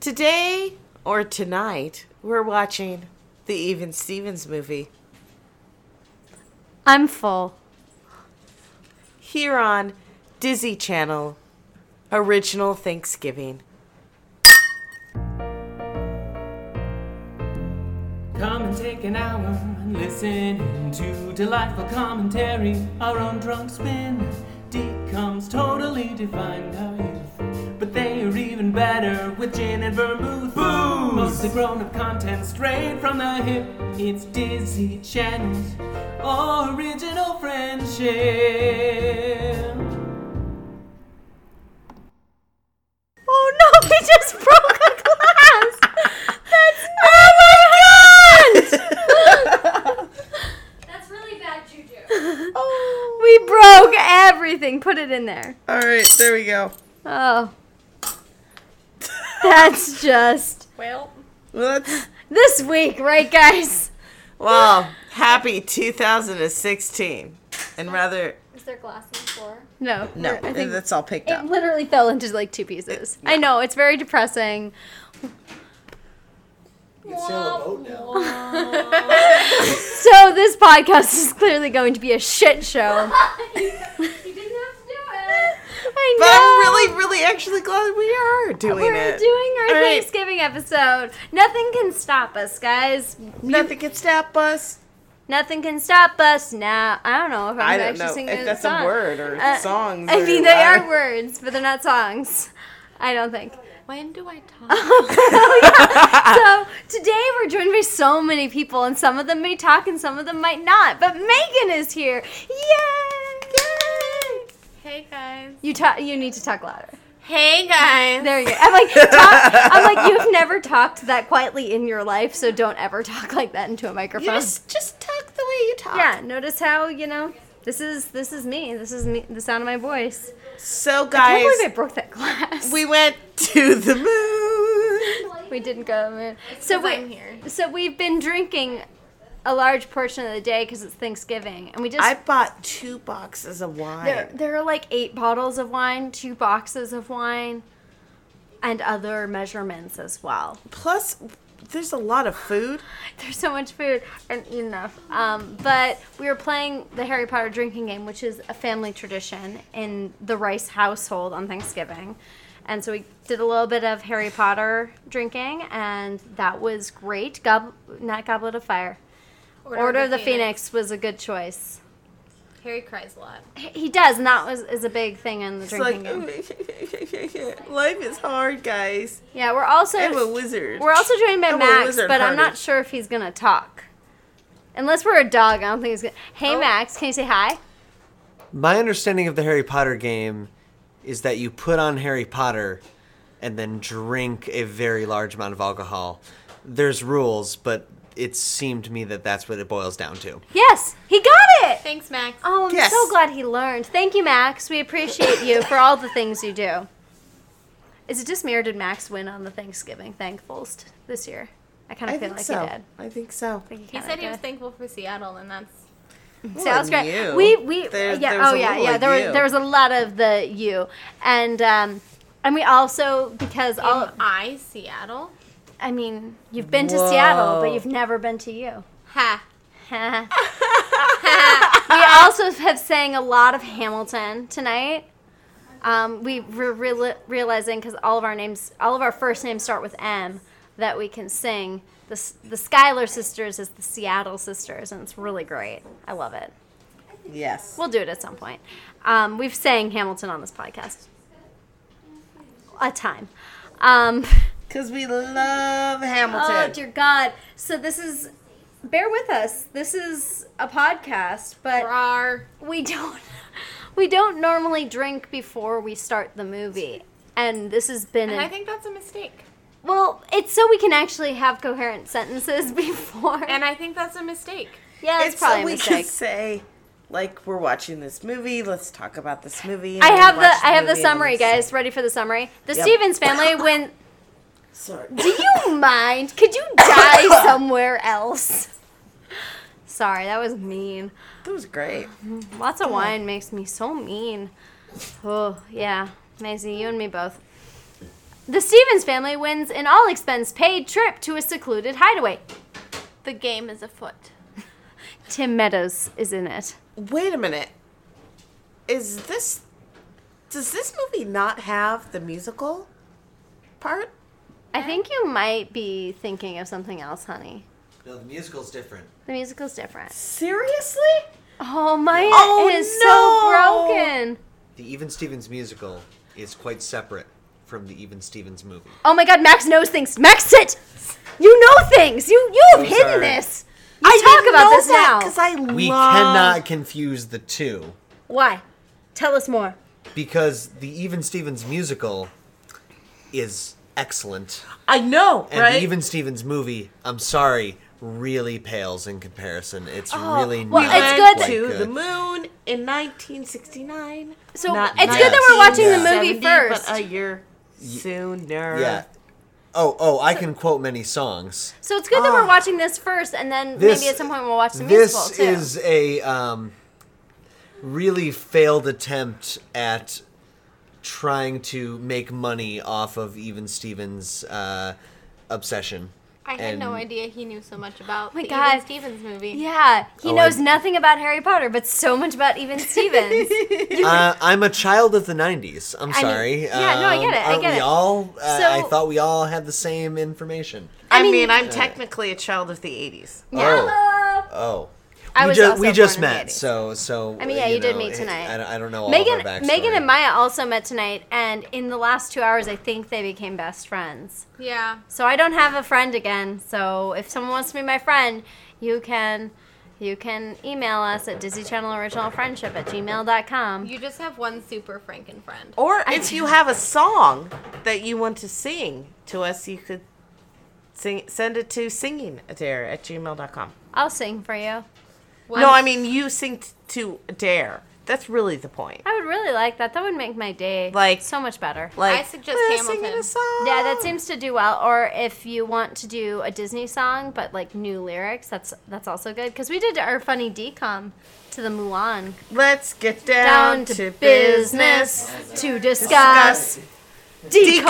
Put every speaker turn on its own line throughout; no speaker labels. Today or tonight, we're watching the Even Stevens movie
I'm full.
here on Dizzy Channel Original Thanksgiving.
Come and take an hour and listen to delightful commentary. Our own drunk spin decomes totally defined our youth. But they are even better with gin and vermouth. Booze! Mostly grown up content straight from the hip. It's Dizzy Channel's original friendship.
Oh no, we just broke a glass! That's oh my god!
That's really bad juju.
We broke everything. Put it in there.
All right, there we go.
Oh. That's just
Well, that's
this week, right, guys?
Well, happy 2016. And rather,
Is there glass on the floor?
No.
no,
we're- I think
that's all picked
it
up.
literally fell into like two pieces. I know, it's very depressing. So this podcast is clearly going to be a shit show.
you didn't have to do it.
I
but
know.
I'm really, really actually glad we are doing
We're
it.
doing our
All right.
Thanksgiving episode. Nothing can stop us, guys.
Nothing can stop us.
Nothing can stop us now. I don't know if I'm
I don't
actually
know
singing
if
the
that's
song.
a word or
Uh,
songs.
I
or-
mean, they are words, but they're not songs. I don't think.
When do I talk?
So today we're joined by so many people, and some of them may talk and some of them might not. But Megan is here. Yay! Yay!
Hey guys.
You talk. You need to talk louder.
Hey guys.
There you go. I'm like, talk, I'm like, you've never talked that quietly in your life, so don't ever talk like that into a microphone.
Just, just talk the way you talk.
Yeah, notice how you know this is this is me. This is me. The sound of my voice.
So,
I
guys,
can't believe I broke that glass.
we went to the moon.
we didn't go. man. So we
I'm here.
so we've been drinking a large portion of the day because it's Thanksgiving, and we just.
I bought two boxes of wine.
there, there are like eight bottles of wine, two boxes of wine, and other measurements as well.
Plus, there's a lot of food.
There's so much food and enough. Um, but we were playing the Harry Potter drinking game, which is a family tradition in the Rice household on Thanksgiving. And so we did a little bit of Harry Potter drinking, and that was great. Gob- not Goblet of Fire. Order, of the Phoenix. was a good choice.
Harry cries a lot.
He he does, and that was is a big thing in the
It's
drinking
like,
game.
life is hard, guys.
Yeah, we're also
I'm a wizard.
We're also joined by
I'm a
Max,
wizard
but I'm
party.
not sure if he's gonna talk. Unless we're a dog, I don't think he's gonna.
Oh.
Hey, Max, can you say hi?
My understanding of the Harry Potter game is that you put on Harry Potter and then drink a very large amount of alcohol. There's rules, but it seemed to me that that's what it boils down to.
Yes, he got it.
Thanks, Max.
Oh, I'm
Yes.
so glad he learned. Thank you, Max. We appreciate you for all the things you do. Is it just me or did Max win on the Thanksgiving Thankfuls t- this year? I kind
I
of feel
think
like
so.
he did.
I think so.
I think
he
kinda
said he
did.
was thankful for Seattle, and that's
So that was
Well,
great.
you.
We we
There-
yeah
there's
oh
a
yeah
little
yeah
of
there
you.
was there was a lot of the you and um and we also because all
am I Seattle.
I mean you've been to Seattle but you've never been to you.
Ha.
we also have sang a lot of Hamilton tonight. Um, we were reali realizing because all of our names, all of our first names start with M, that we can sing. The, S- the Skylar sisters is the Seattle sisters, and it's really great. I love it.
Yes.
We'll do it at some point. Um, we've sang Hamilton on this podcast a time. Um,
Because we love
oh
Hamilton.
dear God! So this is. Bear with us. This is a podcast, but
Rar.
we don't we don't normally drink before we start the movie, and this has been.
And
an-
I think that's a mistake.
well, it's so we can actually have coherent sentences before.
And I think that's a mistake.
yeah, that's
it's
probably
so
a
we can
mistake.
say, like, we're watching this movie. Let's talk about this movie. and
I
then
have the
watch
I have the
movie and
summary,
let's-
guys. Ready for the summary? The
Yep.
Stevens family when
Sorry.
Do you mind? Could you die somewhere else? Sorry, that was mean.
That was great.
Lots of wine makes me so mean. Oh, yeah. Maisie, you and me both. The Stevens family wins an all expense paid trip to a secluded hideaway.
The game is afoot.
Tim Meadows is in it.
Wait a minute. Is this. Does this movie not have the musical part?
I think you might be thinking of something else, honey.
No, the musical's different.
The musical's different.
Seriously?
Oh, Maya
Oh,
is
no.
so broken.
The Even Stevens musical is quite separate from the Even Stevens movie.
Oh my god, Max knows things. Max, sit! You know things! You, you've
I'm
hidden
sorry.
this! You talk about this now.
Because I
We
love-
cannot confuse the two
Why? Tell us more.
because the Even Stevens musical is excellent,
I know,
and
right?
the Even Stevens movie, I'm sorry, really pales in comparison. It's really
Oh, well,
not
it's good-
quite
to the moon in 1969.
So
Not
it's good that we're watching the movie
1970,
first.
but a year sooner.
Yeah. Oh, oh, I can quote many songs.
so it's good that we're watching this first, and then
This-
maybe at some point we'll watch the musical
this
too.
is a um, really failed attempt at trying to make money off of even stevens uh, obsession
I had no
And-
idea he knew so much about
my
the
God.
Even Stevens movie.
yeah, he
Oh,
knows
I-
nothing about Harry Potter, but so much about Even Stevens.
uh, i'm a child of the 90s i'm
mean,
sorry
yeah, no, I get it, I
aren't
get
we
it.
all uh, i
So-
thought we all had the same information
I,
mean-
mean, I'm technically a child of the 80s.
oh oh
I
we
was
ju-
also
we just
born in the
met
80s.
so so
I mean, yeah, you did
know,
meet
it-
tonight.
I, don't- I don't know all of our
Megan,
backstory.
Megan and Maya also met tonight, and in the last two hours, I think they became best friends.
Yeah.
So I don't have a friend again. So if someone wants to be my friend, you can, you can email us at Disney Channel Original Friendship at gmail.com.
You just have one super Franken friend.
Or if you have a song that you want to sing to us, you could sing, send it to singingadare at gmail.com.
I'll sing for you.
No, I mean, you sing t- to Dare. That's really the point.
I would really like that. That would make my day
Like-
so much better.
Like,
I suggest
we're Singing
Hamilton.
a song.
yeah, that seems to do well. Or if you want to do a Disney song but like new lyrics, that's that's also good because we did our funny decom to the Mulan
Let's get down,
down
to
to
business.
business to discuss decoms.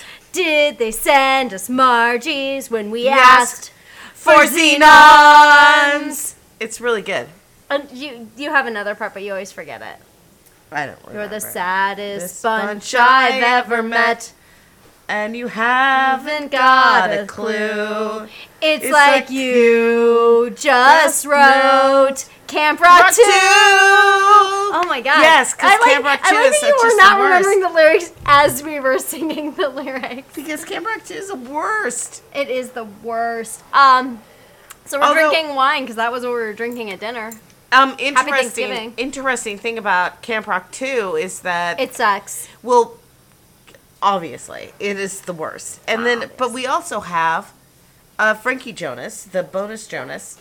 Decoms
Did they send us Margies when we
Yes.
asked?
for xenons. It's really good.
And you you have another part, but you always forget it.
I don't remember.
You're the saddest
This
bunch I've ever met.
And you haven't got a clue.
Mm-hmm. It's,
It's
like,
like
you just
just
wrote Camp Rock
Rock
2.
two.
Oh my god.
Yes, 'cause
I like,
Camp Rock
I
2
like
is
that you
such-
were
just
not
the
remembering the lyrics as we were singing the lyrics.
Because Camp Rock 2 is the worst.
It is the worst. Um so we're
Although-
drinking wine because that was what we were drinking at dinner.
Um, interesting.
Thanksgiving.
Interesting thing about Camp Rock 2 is that
It sucks.
Well, obviously, it is the worst. And then, but we also have uh, Frankie Jonas, the bonus Jonas.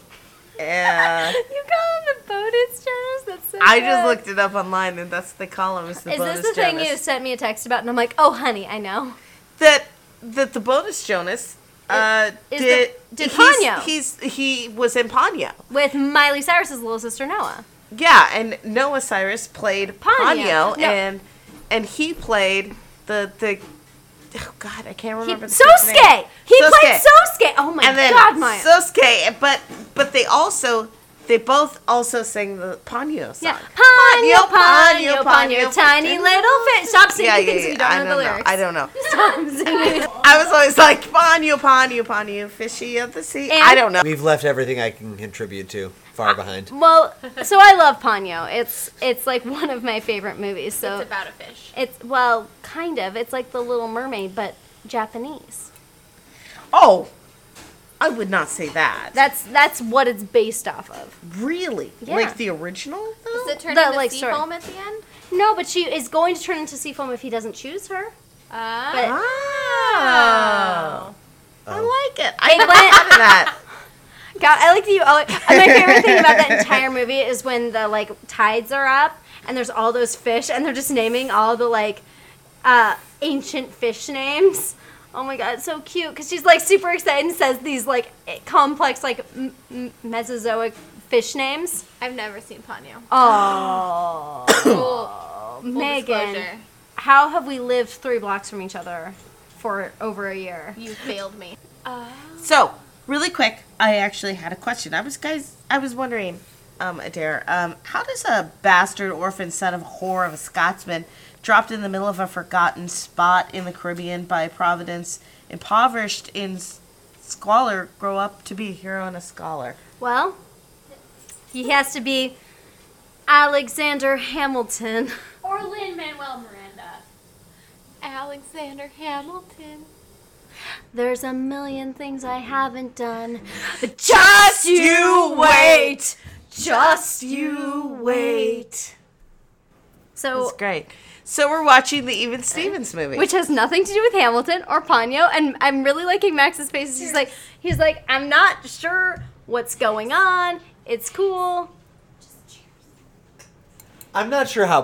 Uh,
You call him the bonus Jonas? That's so
I
good.
just looked it up online, and that's the column is the
Is
bonus
this the
Jonas.
thing you sent me a text about? And I'm like, oh, honey, I know.
that that the bonus Jonas uh,
Is
did
the- did
he's-
Ponyo.
He's, he was in Ponyo.
With Miley Cyrus's little sister Noah.
Yeah, and Noah Cyrus played
Ponyo.
Ponyo,
No.
and and he played the the. Oh God, I can't
He,
remember. the kid's name.
Sosuke! He played
Sosuke.
Sosuke! Oh my
and then
god, Maya.
Sosuke, but but they also they both also sang the Ponyo song.
yeah. Ponyo,
Ponyo,
Ponyo, Ponyo,
Ponyo,
tiny
Ponyo.
little fish. Stop singing
Yeah, yeah,
things
yeah,
we don't
I don't
know the
know.
lyrics.
I don't know.
Stop singing.
I was always like oh, Ponyo, Ponyo, Ponyo, fishy of the sea.
And-
I don't know.
We've left everything I can contribute to far behind.
Well, so I love Ponyo. It's it's like one of my favorite movies. So
It's about a fish.
it's well, kind of. It's like The Little Mermaid, but Japanese.
Oh, I would not say that.
That's that's what it's based off of.
really
Yeah.
like the original though.
Does it turn
That,
into
like,
sea
story.
foam at the end?
No, but she is going to turn into Seafoam if he doesn't choose her.
Uh,
But
Oh, I like it. I
Hey,
never
Glenn-
thought of that.
God, I like that you. Always, my favorite thing about that entire movie is when the like tides are up and there's all those fish and they're just naming all the like uh, ancient fish names. Oh my god, it's so cute because she's like super excited and says these like complex like m- m- Mesozoic fish names.
I've never seen Ponyo.
Oh,
Full, full
Megan.
disclosure.
how have we lived three blocks from each other for over a year?
You failed me.
So, really quick, I actually had a question. I was guys, I was wondering, um, Adair, um, how does a bastard orphan son of a whore of a Scotsman dropped in the middle of a forgotten spot in the Caribbean by Providence, impoverished in s- squalor, grow up to be a hero and a scholar?
Well, he has to be Alexander Hamilton.
Or Lin Manuel Miranda.
Alexander Hamilton.
There's a million things I haven't done. But just you wait! Just you wait.
That's
So,
great. So we're watching the Even Stevens movie.
which has nothing to do with Hamilton or Ponyo, and I'm really liking Max's face. He's like, he's like, I'm not sure what's going on. It's cool.
I'm not sure how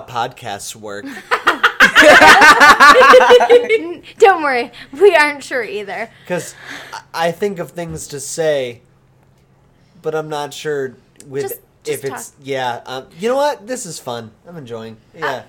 podcasts work.
Don't worry, we aren't sure either.
Because I think of things to say, but I'm not sure with
Just- just
if it's yeah. Um, you know what? This is fun. I'm enjoying. Yeah.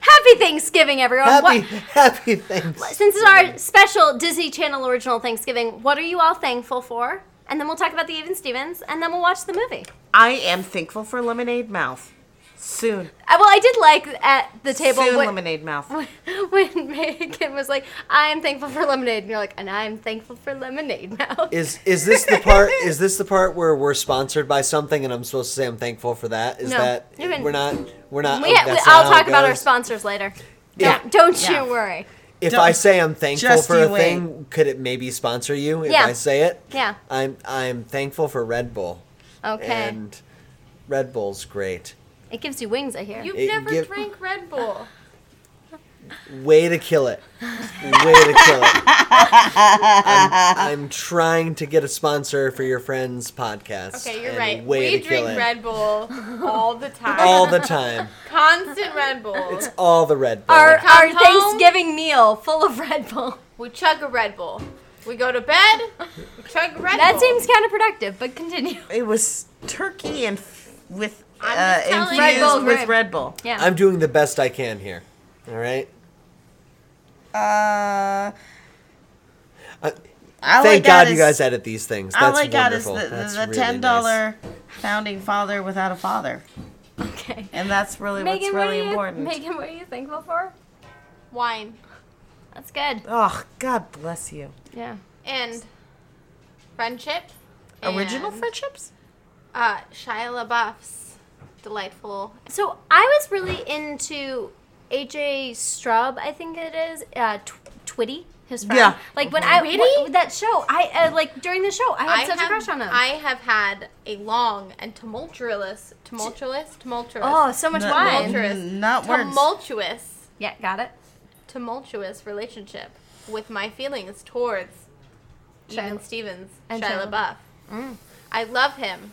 Happy Thanksgiving, everyone.
happy
Uh, um, What-
happy things.
since it's
Mm-hmm.
our special Disney Channel original Thanksgiving, what are you all thankful for? And then we'll talk about the Even Stevens, and then we'll watch the movie. Uh,
I am thankful for Lemonade Mouth. Soon,
Uh, well, I did like at the table
soon,
when,
Lemonade Mouth.
when Megan was like, "I am thankful for lemonade," and you're like, "And I'm thankful for lemonade now."
Is is this the part? Is this the part where we're sponsored by something and I'm supposed to say I'm thankful for that? Is
No.
that
You can-
we're not we're not?
we, ha- we,
oh, that's not
I'll
how it
talk about our
goes?
sponsors later.
Yeah.
Don't, don't
Yeah.
you worry.
If I say I'm thankful
Just
for a
you wait.
thing, could it maybe sponsor you? If
Yeah.
I say it,
Yeah.
I'm I'm thankful for Red Bull
Okay.
and Red Bull's great.
it gives you wings, I hear.
You've
It
never
give-
drank Red Bull.
Way to kill it. Way to kill it. I'm, I'm trying to get a sponsor for your friend's podcast.
Okay, you're
and
right.
Way
We
to kill
drink
it.
Red Bull all the time.
all the time.
Constant Red Bull.
It's all the Red Bull.
our our
home-
Thanksgiving meal full of Red Bull.
We chug a Red Bull. We go to bed, we chug a Red
That
Bull.
seems counterproductive, but continue.
It was turkey and f- with
I'm
uh,
just
infused
telling you. Red Bull
with
grape.
Red Bull.
Yeah.
I'm doing the best I can here. All right.
Uh,
Uh,
all I
thank
got
God you
is-
guys edit these things. That's
all I got is the,
wonderful.
the,
That's
the
really
ten
nice.
dollar founding father without a father,
okay.
and that's really
Megan,
what's
what are
really
you,
important.
Megan, what are you thankful for?
wine
That's good.
oh, God bless you.
Yeah.
and friendship.
Original
and,
friendships.
Uh, Shia LaBeouf's delightful.
So I was really into AJ Straub, I think it is, uh, tw- Twitty, his friend.
Yeah.
Like when I w- that show, I uh, like during the show, I had such a
have,
crush on him.
I have had a long and tumultuous, tumultuous, tumultuous,
oh, so much wine.
Vulture. Tumultuous.
Mm, Not words.
tumultuous,
Yeah, got it.
tumultuous relationship with my feelings towards Even
Shia-
Stevens,
and
Shia
Shia Mm.
LaBeouf. I love him,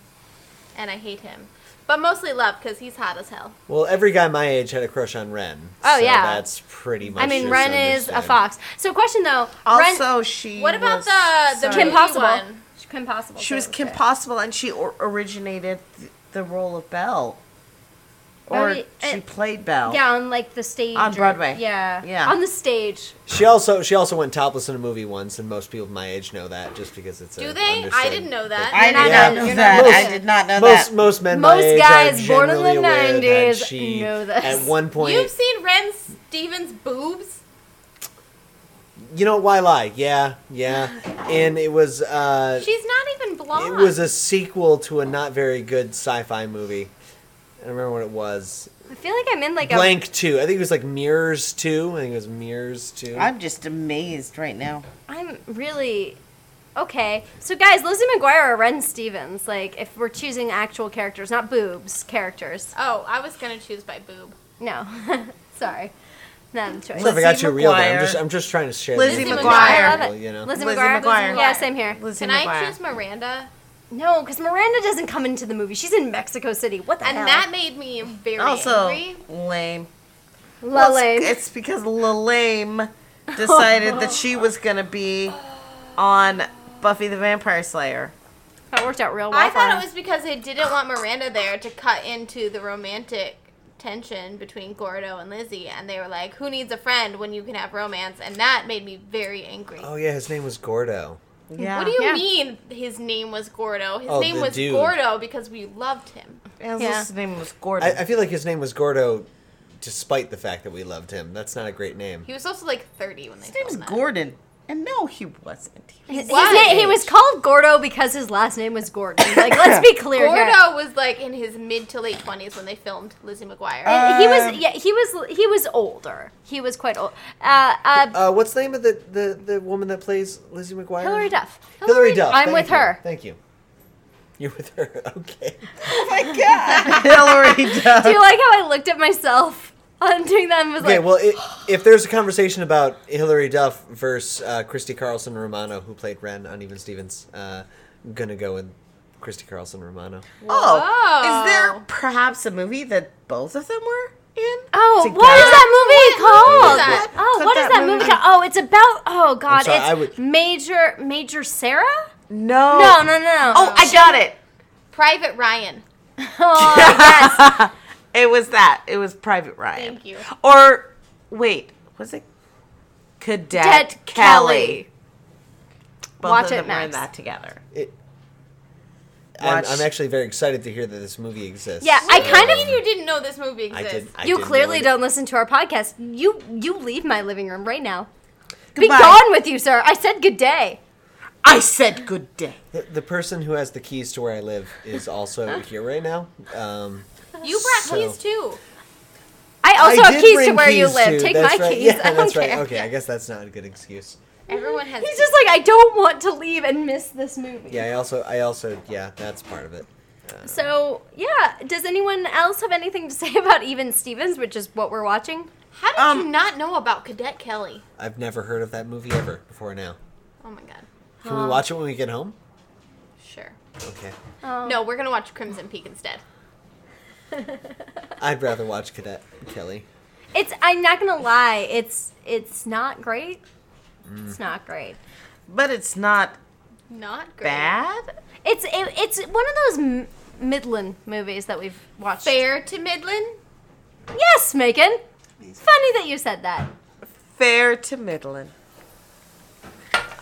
and I hate him, but mostly love because he's hot as hell.
Well, every guy my age had a crush on Ren.
Oh,
so
yeah.
That's pretty much.
I mean,
just
Ren is a
understood.
fox. So question though, Ren,
Also, she.
What about
was-
the the
sorry.
Kim
Kim
Possible.
one?
Kim Possible.
She was
so
Kim
good.
Possible, and she or- originated th- the role of Belle, or
yeah.
she
And-
played Belle.
Yeah, on like the stage.
On
or-
Broadway.
yeah.
Yeah.
On the stage.
She also she also went topless in a movie once, and most people my age know that just because it's.
Do
a
they? I
understood
didn't know that.
thing.
I
You're not
did
gonna-
not know
you're not
that.
gonna
I
say
did not know
most
that.
most men my
Most
age
guys
are
born in the
generally aware that
90s
she
know this.
at one point
You've seen Ren Stevens' boobs?
you know why lie yeah yeah and it was uh
She's not even blonde.
Ah.
it was a sequel to a not very good sci-fi movie I don't remember what it was
I feel like I'm in like um, a
blank two I think it was like mirrors two I think it was mirrors two
I'm just amazed right now.
I'm really okay. So guys, Lizzie McGuire or Ren Stevens? Like, if we're choosing actual characters, not boobs, characters.
oh, I was gonna choose by boob.
No, sorry, not a choice.
I don't know if I got
Lizzie
you real there I'm
McGuire.
just I'm just trying to share
Lizzie
this with
McGuire.
I love
people,
it.
you know
Lizzie,
Lizzie
McGuire.
McGuire.
Yeah, same here.
Lizzie
Can
McGuire.
I choose Miranda?
No, because Miranda doesn't come into the movie. She's in Mexico City. What the
And
hell?
that made me very
also
angry.
lame. Well, it's-
Lale.
It's because Lalame decided that she was gonna be on Buffy the Vampire Slayer.
That worked out real well.
I
for
thought
her.
it was because they didn't want Miranda there to cut into the romantic tension between Gordo and Lizzie, and they were like, "Who needs a friend when you can have romance?" And that made me very angry.
Oh yeah, his name was Gordo.
Yeah.
What do you
Yeah.
mean his name was Gordo? His
Oh,
name
the
was
dude.
Gordo because we loved him.
Yeah,
Yeah.
His name was Gordon.
I, I feel like his name was Gordo, despite the fact that we loved him. That's not a great name.
He was also like 30 when they
his name
filmed
is
that.
Gordon. And no, he wasn't. He-
His
Why?
name, he was called Gordo because his last name was Gordon. Like, let's be clear. here.
Gordo was like in his mid to late 20s when they filmed Lizzie McGuire.
he was yeah he was he was older he was quite old uh, uh,
Uh, what's the name of the, the, the woman that plays Lizzie McGuire?
hillary duff
Hillary Duff.
i'm
thank
with
you.
her
Thank you. You're with her. Okay.
Hillary Duff.
do you like how i looked at myself on doing that and was
Okay.
like
Well, i if there's a conversation about Hillary Duff versus uh, Christy Carlson Romano, who played Ren on Even Stevens, uh, I'm gonna go with Christy Carlson Romano.
Oh,
Whoa.
is there perhaps a movie that both of them were in?
Oh,
Together?
what is that movie called?
that?
Oh,
Cut
what is
that
that movie
movie.
called? Oh, it's about. Oh God,
sorry, I
it's
would-
Major Major Sarah.
No.
No, no, no. no.
Oh, I got it.
Private Ryan.
Oh,
It was that. It was Private Ryan.
Thank you.
Or wait, was it Cadet
Ted
Kelly?
Kelly.
Both
Watch
of
it
them were in
next.
that together.
It, I'm,
Watch-
I'm actually very excited to hear that this movie exists.
yeah. I kind of.
You didn't know this movie
I
exists.
did. I
you
didn't
clearly
know it.
don't listen to our podcast. You you leave my living room right now.
Goodbye.
Be gone with you, sir. I said good day.
I said good day.
The, the person who has the keys to where I live is also here right now. Um,
You brought
So-
keys too.
I also
I
have
did
keys to
bring
where you
keys
live.
too,
Take
that's
my
right.
keys.
Yeah,
I don't
that's
care.
right. Okay, I guess that's not a good excuse.
Everyone has
He's just like I don't want to leave and miss this movie.
Yeah, I also, I also, yeah, that's part of it.
So yeah, does anyone else have anything to say about Even Stevens, which is what we're watching?
How did you
Um,
not know about Cadet Kelly?
I've never heard of that movie ever before now.
Oh my god.
Can
Um,
we watch it when we get home?
Sure.
Okay.
Oh.
No, we're gonna watch Crimson Peak instead.
I'd rather watch Cadet Kelly.
It's I'm not gonna lie, it's it's not great.
Mm.
It's not great.
But it's not
Not great.
bad.
It's it, it's one of those m- Midland movies that we've watched.
Fair to Midland.
Yes, Megan. It's funny that you said that.
Fair to middling.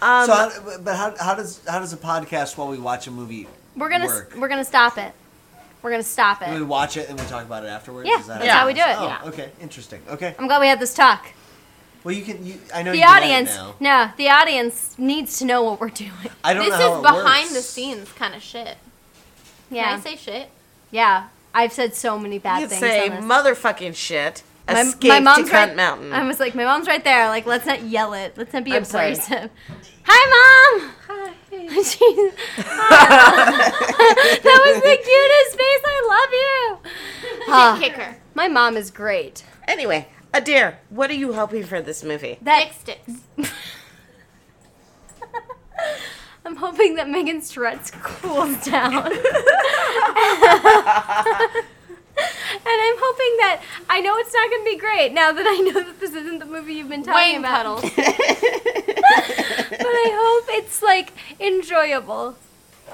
Um,
so, how, but how, how does how does a podcast while we watch a movie?
We're gonna
work?
we're gonna stop it. We're gonna stop
Do we
it.
watch it and we talk about it afterwards.
Yeah,
Is that
that's
how
we do it.
Oh,
Yeah.
okay, interesting. Okay,
I'm glad we had this talk.
well, you can. You, I know
The
you can edit
audience,
now.
no, the audience needs to know what we're doing.
I don't
This is
know how it
behind
works.
the scenes kind of shit.
Yeah,
Can I say shit?
yeah. I've said so many bad
you could
things.
say
on this.
motherfucking shit.
My-
Escape to Cunt
right,
Mountain.
I was like, my mom's right there. Like, let's not yell it. Let's not be
I'm sorry.
abrasive. Hi, mom. Hi. that was the cutest face. I love you. Ah,
Kick her.
my mom is great.
anyway, Adair, what are you hoping for this movie?
That
Dick sticks.
I'm hoping that Megan Stretz cools down. And I'm hoping that I know it's not going to be great now that I know that this isn't the movie you've been talking
Wayne
about.
puddles.
but I hope it's like enjoyable.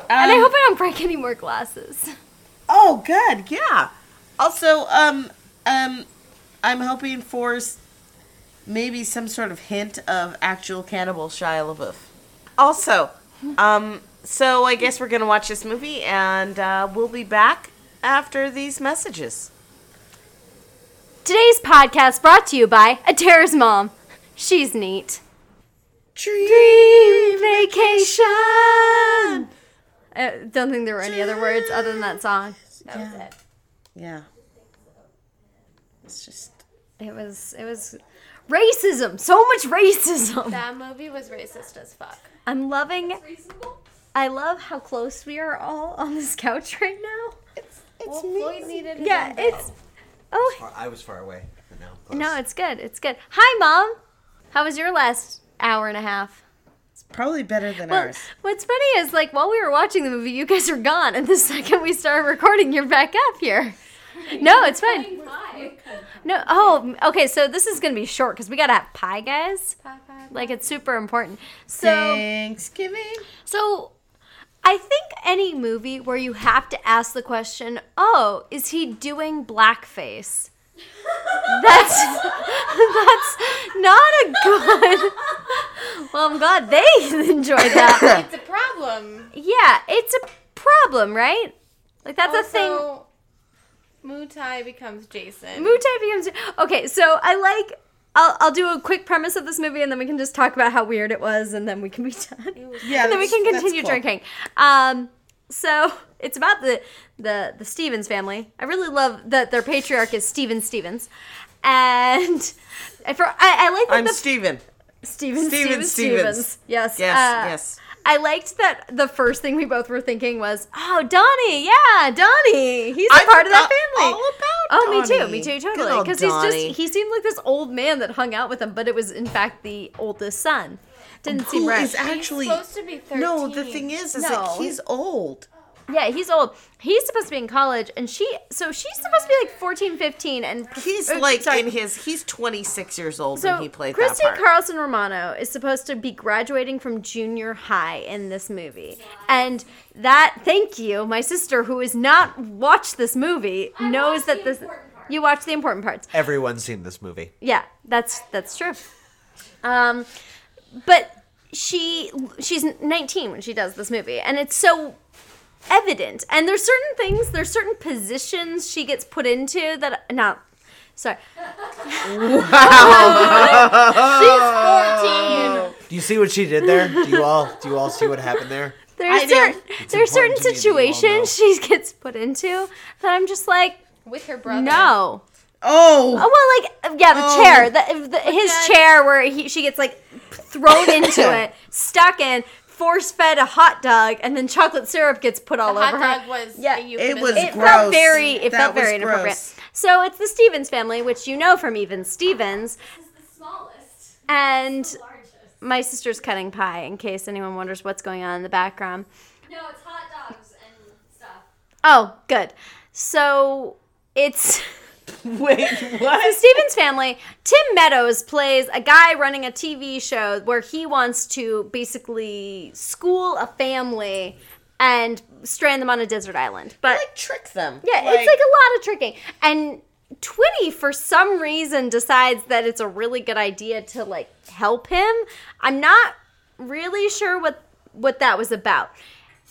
and I hope I don't break any more glasses.
Oh, good. Yeah. Also, um, um, I'm hoping for s- maybe some sort of hint of actual cannibal Shia LaBeouf. Also, um, so I guess we're gonna watch this movie, and uh, we'll be back after these messages.
Today's podcast brought to you by Adair's mom. She's neat.
Dream vacation.
I don't think there were any other words other than that song.
That was it.
Yeah. It's just.
It was it was racism. So much racism.
That movie was racist as fuck.
I'm loving I love how close we are all on this couch right now.
Well, Floyd needed his
Yeah,
own bed.
it's Oh,
Far- I was far away. but now close.
no, it's good. It's good. Hi mom. How was your last hour and a half?
Probably better than
Well,
ours.
what's funny is like while we were watching the movie, you guys are gone, and the second we started recording, you're back up here. No, it's fine. No, oh, okay. So this is gonna be short because we gotta have pie, guys. Like it's super important. So,
Thanksgiving.
so I think any movie where you have to ask the question, "Oh, is he doing blackface?" That's that's not a good. Well, I'm glad they enjoyed that.
It's a problem.
Yeah, it's a problem, right? Like that's a thing.
also, Mutai becomes Jason.
Muay Thai becomes okay. So I like. I'll, I'll do a quick premise of this movie, and then we can just talk about how weird it was, and then we can be done.
Yeah,
and then we
that's-
can
that's
continue
cool.
drinking. Um, so it's about the the the Stevens family. I really love that their patriarch is Steven Stevens, and I, for, I, I like that
I'm
the
Steven.
Steven
Steven
Steven
Stevens.
Stevens. Yes.
Yes,
uh,
yes.
I liked that the first thing we both were thinking was, "Oh, Donnie, yeah, Donnie, he's a
I
part of that
forgot
family."
all about
oh,
Donnie.
me too, me too,
Good
totally.
old
Because he's
Donnie.
just—he seemed like this old man that hung out with him, but it was in fact the oldest son. Didn't seem
Who
right.
is actually
supposed to be 13.
No, the thing is, is
No.
that he's old.
yeah, he's old. He's supposed to be in college, and she, so she's supposed to be like 14, 15, and
He's
or,
like
Uh, sorry,
in his. He's 26 years old
So
when he played
Christy
that part.
Carlson Romano is supposed to be graduating from junior high in this movie, and that thank you, my sister who has not watched this movie knows
watched
that
the
this
important parts.
you watch the important parts.
Everyone's seen this movie.
Yeah, that's that's true. Um, but she she's 19 when she does this movie, and it's so evident. And there's certain things, there's certain positions she gets put into that not. Sorry,
Do you see what she did there? Do you all do you all see what happened there?
there's
I do.
certain there's certain
important to me that you all
situations she gets put into that I'm just like
with her brother.
no.
Oh,
Oh well, like yeah, the
Oh.
chair, the, the, his
then-
chair where he, she gets like thrown into it, stuck in, force fed a hot dog, and then chocolate syrup gets put all
the
over her.
hot dog was
Yeah.
a
it
euphemism.
was
It
gross.
felt very, it
That
felt
was
very inappropriate.
gross.
So it's the Stevens family, which you know from even Stevens,
This is the smallest,
and
largest.
my sister's cutting pie. In case anyone wonders what's going on in the background.
No, it's hot dogs and stuff.
Oh, good. So it's.
Wait,
the
what?
Stevens family, Tim Meadows plays a guy running a TV show where he wants to basically school a family and strand them on a desert island. But
like trick them.
yeah, it's like a lot of tricking. And Twitty, for some reason, decides that it's a really good idea to like help him. I'm not really sure what what that was about.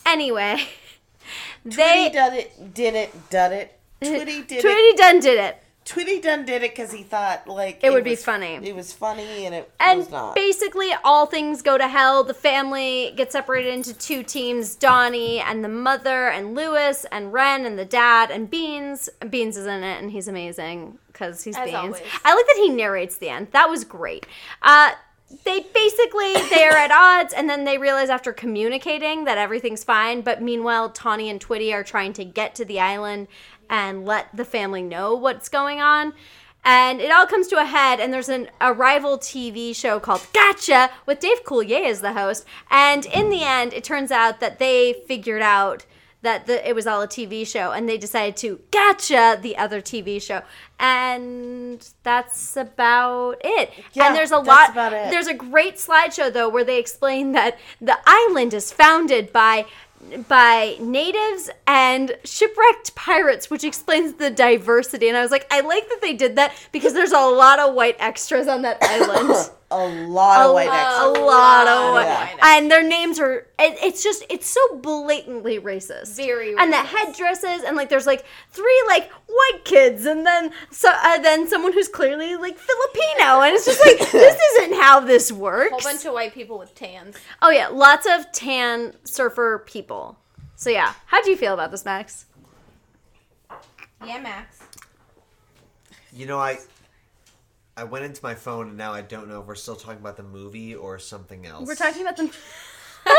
Anyway,
Twitty
they
done it, did it, done it. Twitty did it.
Twitty done did it.
Twitty done did it because he thought like
It would be funny.
It was funny and it
and
was not.
basically all things go to hell the family gets separated into two teams donnie and the mother and lewis and ren and the dad and beans beans is in it and he's amazing because he's
As
beans
always.
i like that he narrates the end that was great uh, they basically they're at odds and then they realize after communicating that everything's fine but meanwhile tawny and twitty are trying to get to the island and let the family know what's going on and it all comes to a head and there's an, a rival tv show called gotcha with dave coulier as the host and in the end it turns out that they figured out that the, it was all a TV show, and they decided to gotcha the other TV show, and that's about it.
Yeah,
and there's a
that's
lot.
about it.
There's a great slideshow though where they explain that the island is founded by by natives and shipwrecked pirates, which explains the diversity. And I was like, I like that they did that because there's a lot of white extras on that island
a lot of white
a
extras.
lot of
lot of
white-
white
and their names are it, it's just it's so blatantly racist
Very
and the
racist.
headdresses and like there's like three like white kids and then so uh, then someone who's clearly like filipino and it's just like this isn't how this works
whole bunch of white people with tans.
oh yeah lots of tan surfer people so yeah how do you feel about this max
Yeah, Max.
You know, I I went into my phone and now I don't know if we're still talking about the movie or something else.
we're talking about the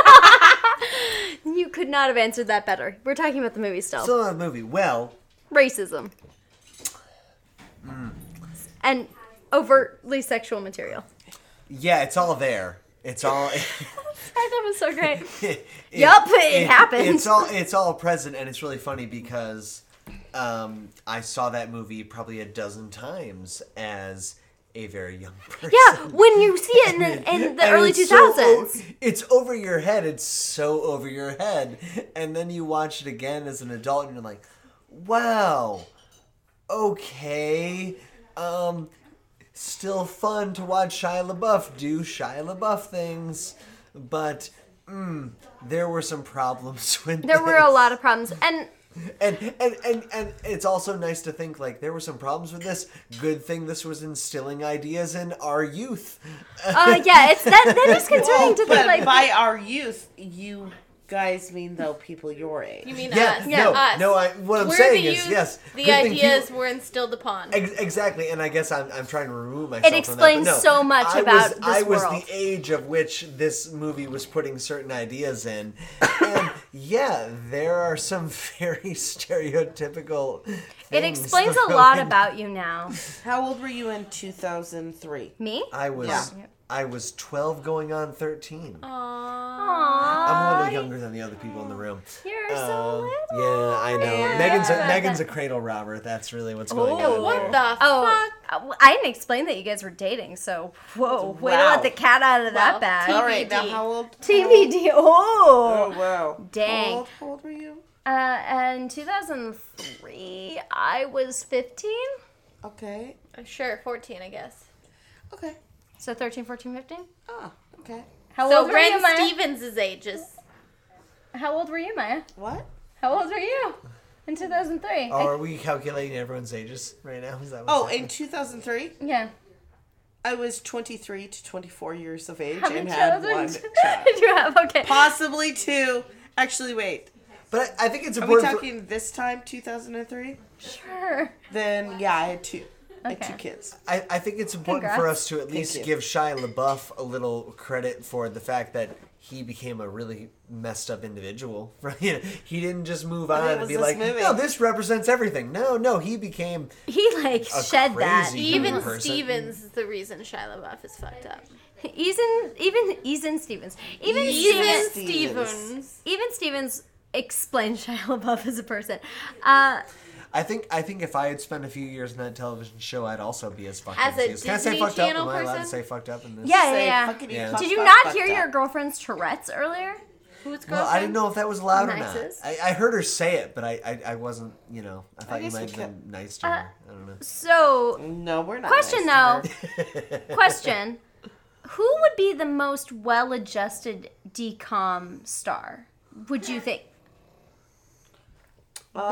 you could not have answered that better we're talking about the movie still
still about the movie. Well,
racism and overtly sexual material
yeah, it's all there. It's all
that was so great
it-
Yup, it happens.
It's all it's all present, and it's really funny because um, I saw that movie probably a dozen times as a very young person.
yeah when you see it in the, in the
And
early
it's so
2000s
o- it's over your head. It's so over your head, and then you watch it again as an adult, and you're like, "Wow, okay, um, still fun to watch Shia LaBeouf do Shia LaBeouf things, but mm, there were some problems with
There were a lot of problems, and
and, and and and it's also nice to think like there were some problems with this. Good thing this was instilling ideas in our youth.
uh, yeah, it's that that is concerning to
Oh, But
think like
by our youth, you guys mean though people your age.
You mean
Yeah,
us?
no,
us.
no. I, what I'm
We're
saying
the
is
youth,
yes.
The
good thing
ideas
people-
were instilled upon.
Ex- exactly, and I guess I'm, I'm trying to remove myself. from that, but
explains
no,
so much
I
about
was,
this
I was
world.
the age of which this movie was putting certain ideas in, and yeah, there are some very stereotypical.
it
things
explains a
thrown
lot
in.
about you now.
How old were you in 2003?
Me?
I was
Yeah.
I was 12, going on 13.
Aww,
I'm a little younger than the other people in the room.
you're so
Um,
little.
yeah, I know. Megan's a, Megan's a cradle robber. That's really what's going on.
what
there.
the
Oh,
fuck?
uh, well, I didn't explain that you guys were dating, so whoa, way to
Wow.
let the cat out of that
Well,
bag.
TBD.
All right, now how old?
TBD.
Oh,
Oh,
wow.
Dang.
How old, how old were you?
Uh, in 2003, I was 15.
Okay.
Uh, Sure, 14, I guess.
Okay.
So 13, 14, 15.
Ah, okay.
How
So
old were you,
Ren
Maya?
Stevens' age is
How old were you, Maya?
What?
How old were you in 2003?
Oh, are we calculating everyone's ages right now? Is that what's
Oh,
happening?
in 2003,
yeah.
I was 23 to 24 years of age
How
and
many
had
children
one
did
child.
you have? Okay.
Possibly two. Actually, wait.
But I, I think it's
Are we
important. for-
talking this time, 2003?
Sure.
Then, yeah, I had two. I had
Okay.
two kids.
I, I think it's important for
Congrats.
us to at least
you.
give Shia LaBeouf a little credit for the fact that he became a really messed up individual. Right? You know, he didn't just move on
it
and
was
be
this
like,
movie.
"No, this represents everything." No, no, he became
He like
a
shed that.
crazy
even
person.
Stevens is the reason Shia LaBeouf is fucked up.
Even even even Stevens. Even Stevens.
Even
Stevens.
Stevens.
Even Stevens explained Shia LaBeouf as a person. Uh,
I think I think if I had spent a few years in that television show, I'd also be as fucked
As
up.
a
Can I say
Disney
fucked
Channel
up? Am I allowed to
person?
say fucked up in this?
yeah,
Say
yeah,
fuckity
Yeah.
fuck,
Did you
fuck,
not
fuck,
hear
fuck.
your girlfriend's Tourette's earlier?
Who's girlfriend?
Well, I didn't know if that was allowed or not.
Nicest.
I, I heard her say it, but I, I, I wasn't, you know, I thought you
guess
might
we
have been nice to her. I don't know.
So
No, we're not.
Question
nice to her.
though. Question. Who would be the most well adjusted DCOM star? Would you think?
um,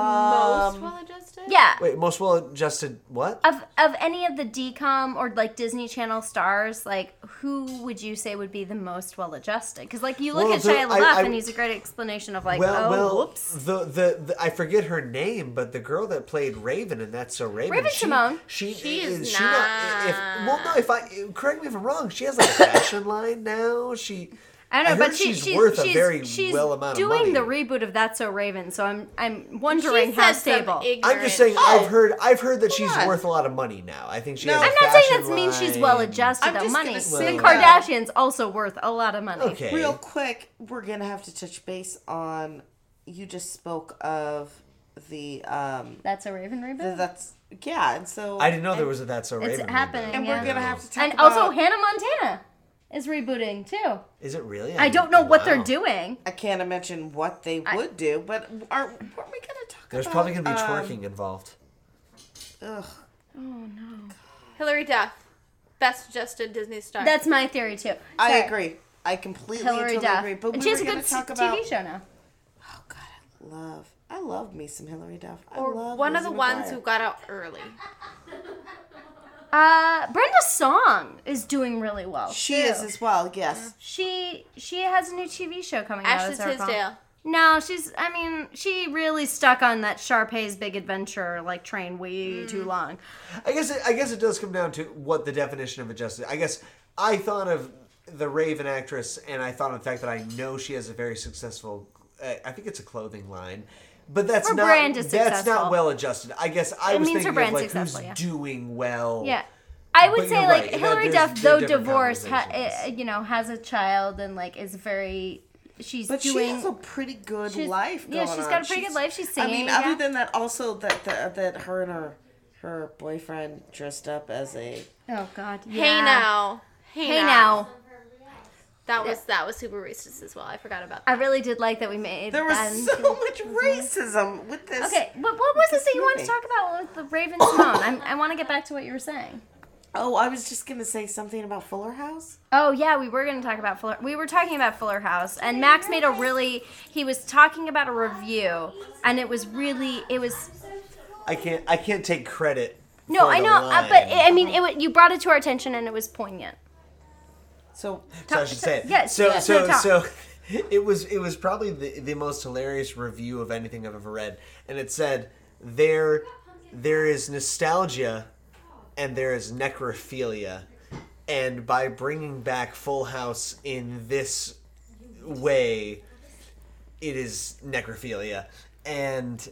Most well adjusted?
Yeah.
Wait, most well adjusted what?
Of of any of the DCOM or like Disney Channel stars, like who would you say would be the most well adjusted? Because like you look
Well,
at
the-
Shia
I-
LaBeouf
I-
and he's a great explanation of like,
well,
oh,
well,
whoops.
The, the the I forget her name, but the girl that played Raven and that's so Raven.
Raven
she,
Simone.
She,
She
is,
is
she not. If, well, no, if I correct me if I'm wrong, she has like a fashion line now. She.
I don't know,
heard
but she,
she's, worth
she's,
a very
she's
well amount
doing
of money.
the reboot of That's So Raven, so I'm I'm
She
wondering
said
how
some
stable.
I'm just
ignorant
saying,
Oh,
shit.
I've heard, I've heard that she's
on.
worth a lot of money now. I think she.
No.
has a
I'm not saying
fashion
that means she's well
line.
adjusted
I'm
on
just
money.
gonna
say
The
that-
Kardashians also worth a lot of money.
Okay.
Real quick, we're gonna have to touch base on. You just spoke of the um.
That's a Raven
the-
reboot.
That's yeah, and so
I didn't know there was a That's So
It's
Raven. reboot.
happening,
and
yeah.
we're gonna have to talk
and
about,
also Hannah Montana is rebooting too.
Is it really?
I don't know what they're
Oh, Wow.
doing.
I can't imagine what they would do, but are weren't we gonna talk?
There's
about,
probably going to be
um,
twerking involved.
ugh, Oh,
Hillary Duff, best adjusted Disney star.
That's my theory too.
I
Sorry.
agree. I completely
Hillary
totally
Duff.
agree. But
and
we
she has
were
a
gonna
good s-
talk
TV
about
show now.
oh god, I love I love me some Hillary Duff. I
or
love
one of
Lizzie
the ones
McGuire.
who got out early.
Uh, Brenda Song is doing really well.
she
too.
is as well.
Mm-hmm.
Yes,
She she has a new TV show coming out.
Ashley
as I recall.
Tisdale.
No, she's. I mean, she really stuck on that Sharpay's Big Adventure like train way
Mm.
too long.
I guess it, I guess it does come down to what the definition of adjusted. I guess I thought of the Raven actress, and I thought of the fact that I know she has a very successful. Uh, I think it's a clothing line, but that's
Her
not
brand is
that's
successful.
not well adjusted. I guess I
It
was
means her
thinking of
brand's
like who's
successful, yeah.
doing well.
Yeah. I would
But
say
you're
like
right, that
Hillary
there's
Duff,
two
though
different
divorced, ha-
conversations.
uh, you know, has a child and like is very. She's
but
doing.
she has a pretty good
she's-
life.
yeah,
going
she's
on.
got a pretty good life. She's
I mean,
singing,
other
yeah.
than that, also that that, that her and her her boyfriend dressed up as a
oh God.
Hey now. Hey,
Hey now.
That was that was super racist as well. I forgot about that.
I really did like that we made.
There was
Ben
so
do-
much racism with this.
Okay, what, what was this that you wanted to
movie.
talk about with the Raven Simone? I'm, I want to get back to what you were saying.
Oh, I was just gonna say something about Fuller House.
Oh yeah, we were going to talk about Fuller. We were talking about Fuller House, and Max made a really. He was talking about a review, and it was really. It was
I can't. I can't take credit.
no,
for
I
the
know, uh,
line.
but I mean, it. wa- You brought it to our attention, and it was poignant.
So
so I should say it.
yes,
So
yes,
so
no, talk.
so. It was it was probably the, the most hilarious review of anything I've ever read, and it said there there is nostalgia, and there is necrophilia, and by bringing back Full House in this way, it is necrophilia, and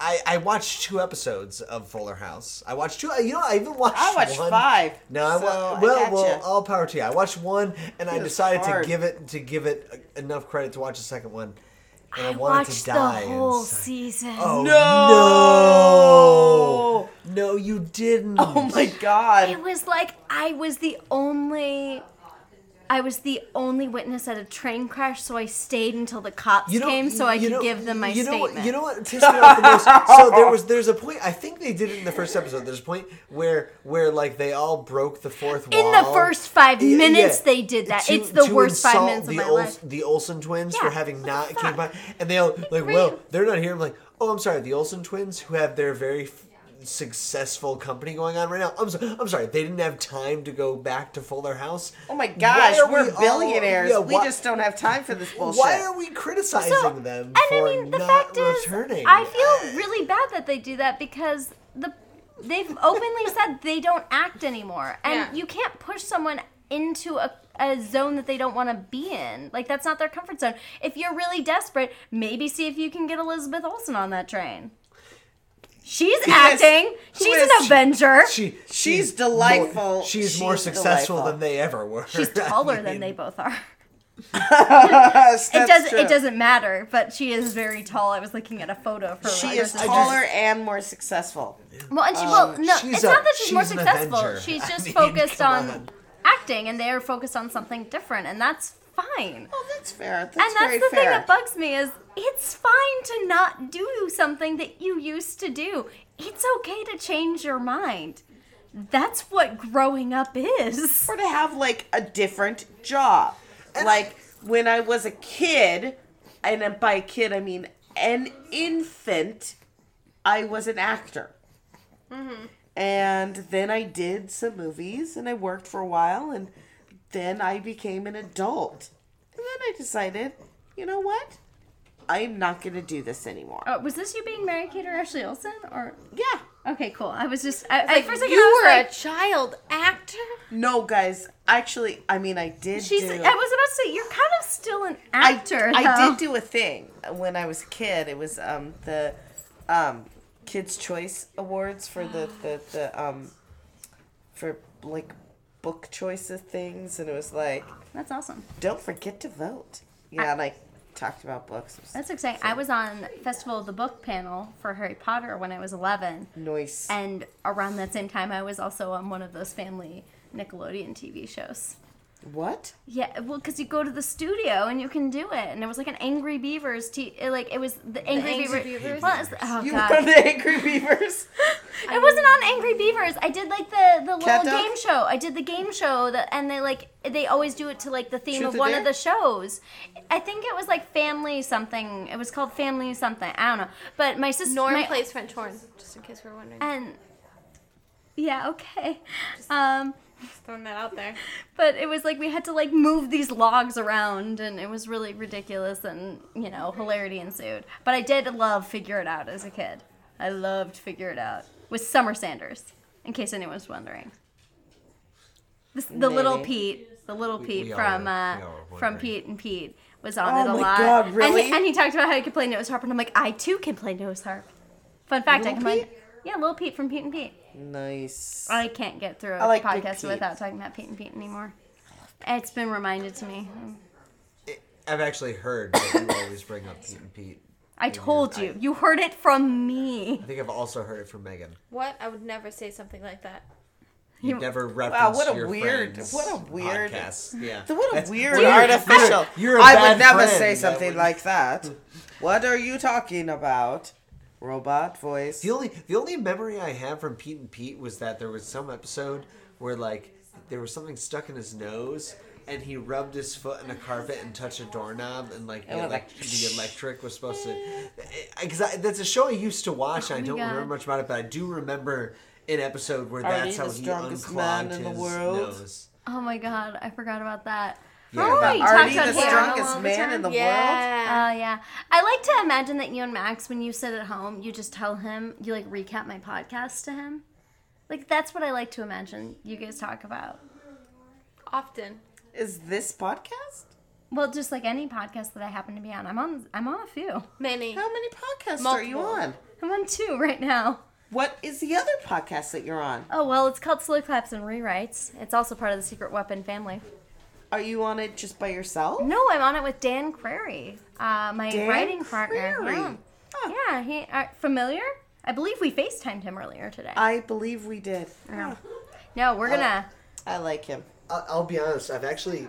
I I watched two episodes of Fuller House. I watched two. You know, I even watched.
I watched
one.
five,
No, I
so
wa-
I
well,
gotcha.
well, all power to you. I watched one, and I
was
decided
hard.
to give it to give it a- enough credit to watch the second one, and Oh. I, wanted
Watched
to
the
die.
whole
inside.
season.
Oh no! No, you didn't.
Oh my god.
It was like I was the only. I was the only witness at a train crash, so I stayed until the cops came, so I
you
could
know-
give them my
you know,
statement.
You know what pissed me off the most? So there was there's a point. I think they did it in the first episode. There's a point where where like they all broke the fourth
In
wall.
the first five
Yeah,
minutes,
yeah.
they did that.
To-
it's the
to
worst five
insult
minutes of
the
my
Ols-
life.
The Olsen twins for
Yeah,
having
what
not
the
came by,
fuck?
and they all
for
like, well,
you.
they're not here. I'm like, oh, I'm sorry. The Olsen twins who have their very. F- successful company going on right now. I'm, so, I'm sorry, they didn't have time to go back to Fuller House.
Oh my gosh,
Why are
we're
we all-
billionaires.
yeah,
we
why-
just don't have time for this bullshit.
why are we criticizing them for not returning?
I feel really bad that they do that because the they've openly said they don't act anymore, and
Yeah.
you can't push someone into a a zone that they don't want to be in. Like that's not their comfort zone. If you're really desperate, maybe see if you can get Elizabeth Olsen on that train. She's
Yes.
acting.
Who is
She's an
she?
Avenger.
she
She's
more-
delightful.
she's,
She's
more successful
delightful.
than they ever were.
She's taller than they both are.
Yes,
It
that's
doesn't.
true.
It doesn't matter. But she is very tall. I was looking at a photo of her.
She
like,
is
versus-
taller and more successful.
Well, and she well, no,
she's
it's
a-
not that she's, more
she's an
successful.
Avenger.
She's
I
just
mean,
focused
come
on,
on.
acting, and they're focused on something different, and that's fine.
Oh, that's fair. That's,
and that's
very
the
fair.
thing that bugs me is it's fine to not do something that you used to do. It's okay to change your mind. That's what growing up is.
or to have like a different job. Like when I was a kid, and by kid I mean an infant, I was an actor.
Mm-hmm.
And then I did some movies and I worked for a while and then I became an adult. And then I decided, you know what? I'm not going to do this anymore.
Oh, was this you being Mary Kate or Ashley Olsen? Or
Yeah.
okay, cool. I was just I, I,
Like,
for a second
you
I was
were
like,
a child actor.
No, guys. Actually, I mean, I did
she's. I was
do...
about to say you're kind of still an
I-
actor.
I,
though.
did do a thing when I was a kid. It was um the um Kids Choice Awards for the the, the um for like book choices things and it was like
That's awesome.
don't forget to vote. Yeah, and I talked about books. It was
That's exciting. I was on Festival of the Book panel for Harry Potter when I was 11,
nice.
and around that same time, I was also on one of those family Nickelodeon TV shows.
What?
Yeah, well, because you go to the studio and you can do it, and it was like an Angry Beavers. T- uh, like it was the Angry,
Angry
Beaver-
Beavers?
Well, it's- oh
You
god,
were the Angry Beavers.
it wasn't on Angry Beavers. I did like the the
Cat Dog?
little game show. I did the game show that, and they like they always do it to like the theme
Truth
of
or
one of
Dare?
the shows. I think it was like family something. It was called family something. I don't know. But my sister
Norm
my,
plays French horn, just in case we we're wondering.
and yeah, okay. Um,
Just throwing that out there.
but it was like we had to like move these logs around, and it was really ridiculous, and you know, hilarity ensued. But I did love Figure It Out as a kid. I loved Figure It Out with Summer Sanders, in case anyone's wondering. This, the little
Maybe.
Pete, the little Pete
we all
from
were-
uh,
we all were
from
wondering.
Pete and Pete was on
Oh
it a
my
lot.
God,
And
really?
he, and he talked about how he could play nose harp, and I'm like, I too can play nose harp. Fun fact, I
Little
can play.
Pete?
Yeah, little Pete from Pete and Pete.
Nice.
I can't get through
I
a
like Big
podcast
Pete.
without talking about Pete and Pete anymore. It's been reminded to me.
I've actually heard that you always bring up Pete and Pete.
I told
you're-
you. You heard it from me.
I think I've also heard it from Megan.
What? I would never say something like that.
You never reference
Wow, what a
your
weird-
friends'
what a weird-
podcast. Yeah.
So What
That's
a weird
you're-
artificial.
you're a
I would
bad
never
friend.
say
That
something
would-
like that. What are you talking about? Robot voice.
The only the only memory I have from Pete and Pete was that there was some episode where like there was something stuck in his nose and he rubbed his foot in a carpet and touched a doorknob and like the,
went
elec-
like,
the electric was supposed to because that's a show I used to watch I don't
God.
remember much about it but I do remember an episode where
Artie,
that's how
the
he
strongest
unclogged
man in
his
the world.
nose.
Oh my god, I forgot about that.
Yeah,
Remember
that-
we
Artie,
talked
the
about Hannah
strongest
all the
man in
time?
the
Oh
Yeah.
yeah, I like to imagine that you and Max, when you sit at home, you just tell him you like recap my podcast to him. Like that's what I like to imagine you guys talk about.
Often.
Is this podcast?
Well, just like any podcast that I happen to be on, I'm on. I'm on a few.
Many.
How many podcasts are you
Multiple.
on?
I'm on two right now.
What is the other podcast that you're on?
Oh well, it's called Slow Claps and Rewrites. It's also part of the Secret Weapon family.
Are you on it just by yourself?
No, I'm on it with Dan Crary, uh, my
Dan
writing partner.
Crary.
Yeah.
Huh.
Yeah, he uh, familiar. I believe we FaceTimed him earlier today.
Uh,
I believe we did.
Yeah. no, we're gonna.
I like him.
I'll, I'll be honest I've actually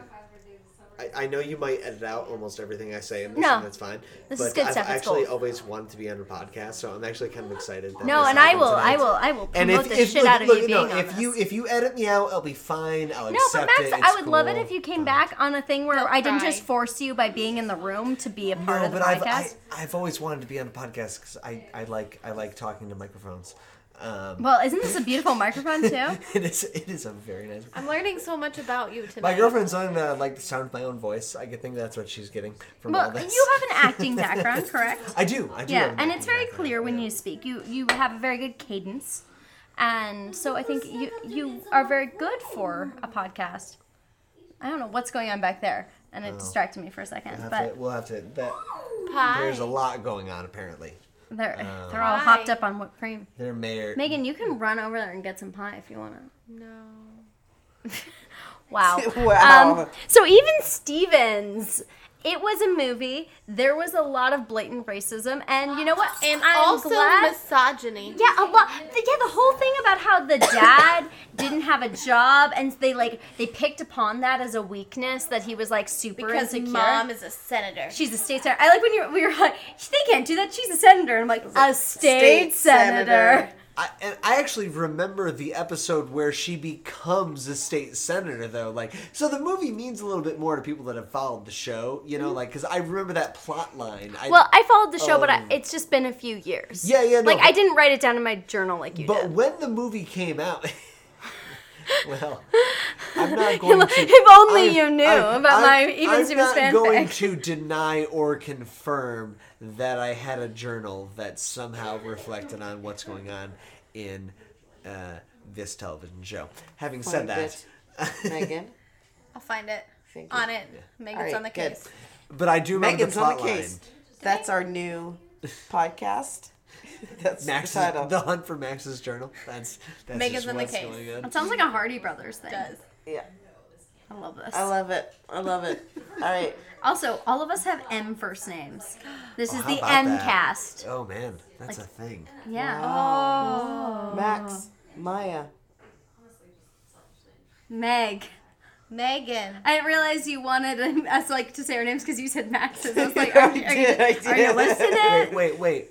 I, I know you might edit out almost everything I say in this,
No.
and that's fine.
This
but
is good
I've
stuff, it's
actually
gold.
always wanted to be on a podcast, so I'm actually kind of excited. That
No,
this
and I
happened
will, I
tonight.
will, I will
And
promote
if,
the
if
shit
look,
out of
look,
you
no,
being on
if
this.
you if you edit me out, I'll be fine. I'll
no, but
accept
Max,
it.
I
it's
would love it
cool.
if you came back on a thing where
Don't
I didn't
cry.
just force you by being in the room to be a part
No,
of the
but I've, I,
podcast.
I've always wanted to be on a podcast because I, I like I like talking to microphones. Um,
Well, isn't this a beautiful microphone too?
it is it is a very nice.
I'm learning so much about you tonight.
My girlfriend's on that I like the sound of my own voice. I could think that's what she's getting from all
Well,
this.
you have an acting background, correct?
I do. I do. have
Yeah,
an
and
acting
it's very
background,
clear when
yeah.
you speak. You you have a very good cadence, and so I think you you are very good for a podcast. I don't know what's going on back there, and
Oh.
it distracted me for a second.
We'll have
But
to, we'll have to. That,
Pie.
there's a lot going on apparently.
they're
Uh.
they're all
Pie.
hopped up on whipped cream.
There may
Megan, you can run over there and get some pie if you want to.
No.
Wow.
Wow.
Um, so even Stevens, it was a movie. There was a lot of blatant racism, and you know what?
And
I'm
also
glad-
misogyny.
Yeah, a lot. The, yeah, the whole thing about how the dad didn't have a job, and they like they picked upon that as a weakness that he was like super
Because
insecure.
mom is a senator.
She's a state senator. I like when you're we were like, they can't do that. She's a senator. And I'm like, a state,
state
senator.
senator.
I, and I actually remember the episode where she becomes a state senator, though. Like, so the movie means a little bit more to people that have followed the show, you know, like 'cause like because I remember that plot line. I,
Mm-hmm. Well, I followed the show, but I,
Oh.
it's just been a few years.
Yeah, yeah, no,
like I
but-
didn't write it down in my journal like you
but
did.
when the movie came out, well, I'm not going to.
if only
I-
you knew
I-
about
I'm-
my even
I'm
Stevens
not
fanfic.
going to deny or confirm that I had a journal that somehow reflected on what's going on in uh, this television show. Having said
Find
that,
it, Megan.
I'll find it.
Thank you.
On it. Megan's
All right,
on the
good.
case.
but I do remember
Megan's
the
on
plot
the case. That's our new podcast. That's
line. Max's,
the title.
the hunt for Max's journal. That's that's
Megan's
just
on the
what's
case.
going on.
It sounds like a Hardy Brothers thing.
Does.
yeah.
I love this.
I love it. I love it. All right.
Also, all of us have M first names. This is
Oh, how
the
about
M
that?
cast.
Oh man, that's a thing.
Yeah. Oh.
Max, Maya.
Meg.
Megan.
I didn't realize you wanted us like to say our names because you said Max's. I was like, are, you- are you,
I
are you
did.
listening?
Wait, wait, wait.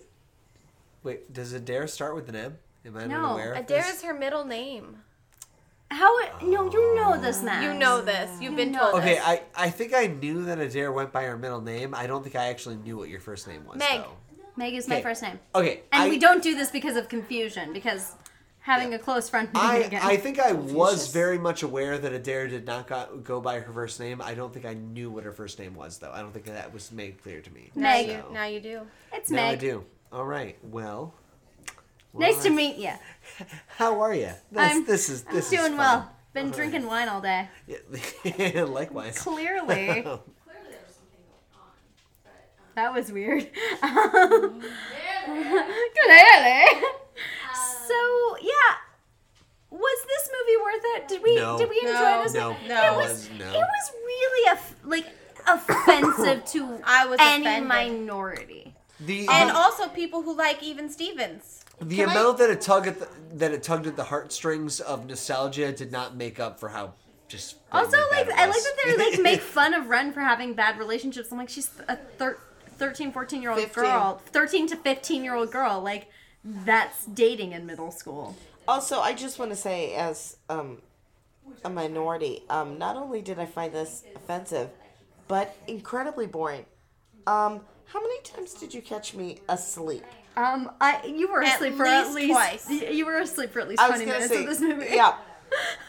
Wait, does Adair start with an M? Am I
No,
unaware? of
Adair
this?
is her middle name.
How? it- No, you know this now.
Ah. You know this. You've been
know
told
Okay,
this.
I, I think I knew that Adair went by her middle name. I don't think I actually knew what your first name was.
Meg.
Though.
Meg is my
Okay.
first name,
Okay.
and
I,
we don't do this because of confusion. Because having a close friend.
I,
again.
I think I was very much aware that Adair did not go, go by her first name. I don't think I knew what her first name was, though. I don't think that was made clear to me.
Now
Meg.
you, now you do.
it's
Now I
Meg.
do. All right. Well.
Nice to
well,
meet you.
How are you?
I'm-
this is this
Doing
is
well. Been drinking wine all day.
well. Likewise.
Clearly,
Clearly there was something going on. But, um,
that was weird.
there, there.
Good alley.
Um.
So yeah, was this movie worth it? Did we
No.
did we enjoy
No.
this?
No.
movie?
No.
it was
No.
it was really aff- like offensive to
I was
any
offended.
minority.
The,
And
the-
also people who like even Stevens.
The
Can I-
amount that it tugged at the, that it tugged at the heartstrings of nostalgia did not make up for how just.
Also,
blatantly
like,
bad it
I like
was.
that they like make fun of Ren for having bad relationships. I'm like, she's a thir- 13, 14 year old
15.
girl, 13 to 15 year old girl. Like, that's dating in middle school.
Also, I just want to say, as um, a minority, um, not only did I find this offensive, but incredibly boring. Um, how many times did you catch me asleep?
Um, I you were
At
asleep for at
least
least
twice.
y- You were asleep for at least
I was
20
gonna
minutes
say,
of this movie.
yeah,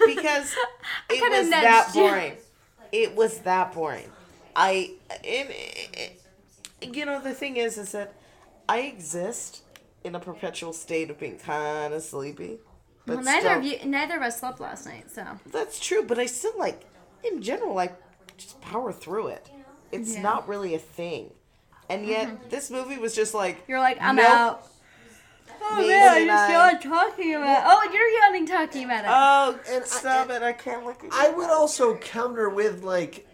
because it
kinda
was that
nudged you.
boring. It was that boring. I and it, it- you know the thing is, is that I exist in a perpetual state of being kind of sleepy. But
Well, neither
still,
of you, neither of us slept last night, so
That's true, but I still like, in general, I just power through it. It's
Yeah. Mm-hmm.
not really a thing. And yet, this movie was just like
you're like, I'm
Nope.
out. Oh
me
man, I
and
just
I-
yawned talking about. Oh, you're yawning talking about it.
Uh,
Oh,
And I-
stop it! I can't look at you.
I would also counter with like.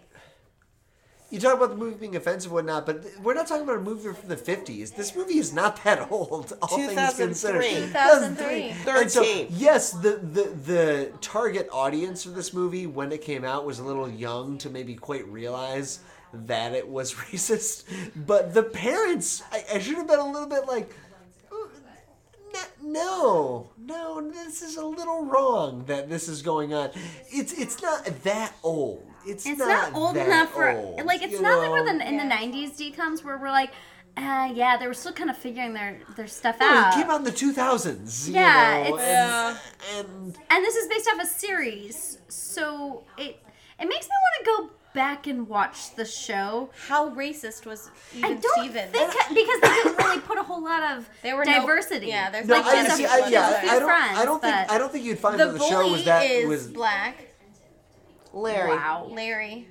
You talk about the movie being offensive, and whatnot, but we're not talking about a movie from the '50s. This movie is not that old. All things
2003.
considered,
2003.
2003. And so,
13.
yes, the, the the target audience for this movie when it came out was a little young to maybe quite realize that it was racist. But the parents, I, I should have been a little bit like, N- no, no, this is a little wrong that this is going on. It's it's not that old. It's,
It's not, old
that
enough for
old,
like it's
you
not like
know?
we're the, in the '90s decoms where we're like, uh, yeah, they were still kind of figuring their their stuff
No,
out.
it came out in the two thousands.
Yeah,
you know,
it's-
and, and
and this is based off a series, so it it makes me want to go back and watch the show.
How racist was
I
even
don't
Steven?
think because they didn't really put a whole lot of
There were no-
diversity.
yeah, there's
no,
Like,
I,
just
see,
a-
I,
just
yeah,
a
I,
few
I don't, I don't
friends,
think, I don't think you'd find
the
that the
bully
show was that
is
was.
black.
Larry.
Wow.
Larry.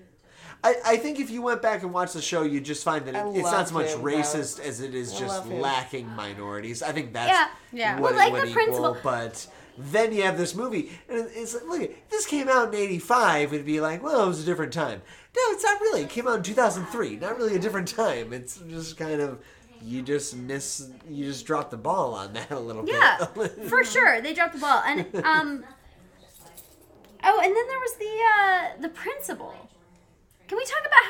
I, I think if you went back and watched the show, you'd just find that
I
it, it's not so
love
much
him, though.
racist as it is
I
just
love him.
lacking minorities. I think that's
Yeah,
yeah.
what
Well, like
it would
the
equal.
principal-
But then you have this movie, and it- it's like, look, if this came out in '85. It'd be like, well, it was a different time. No, it's not really. It came out in 2003. Not really a different time. It's just kind of you just miss, you just drop the ball on that a little
Yeah,
bit.
for sure. They dropped the ball, and um. Oh, and then there was the uh, the principal. Can we talk about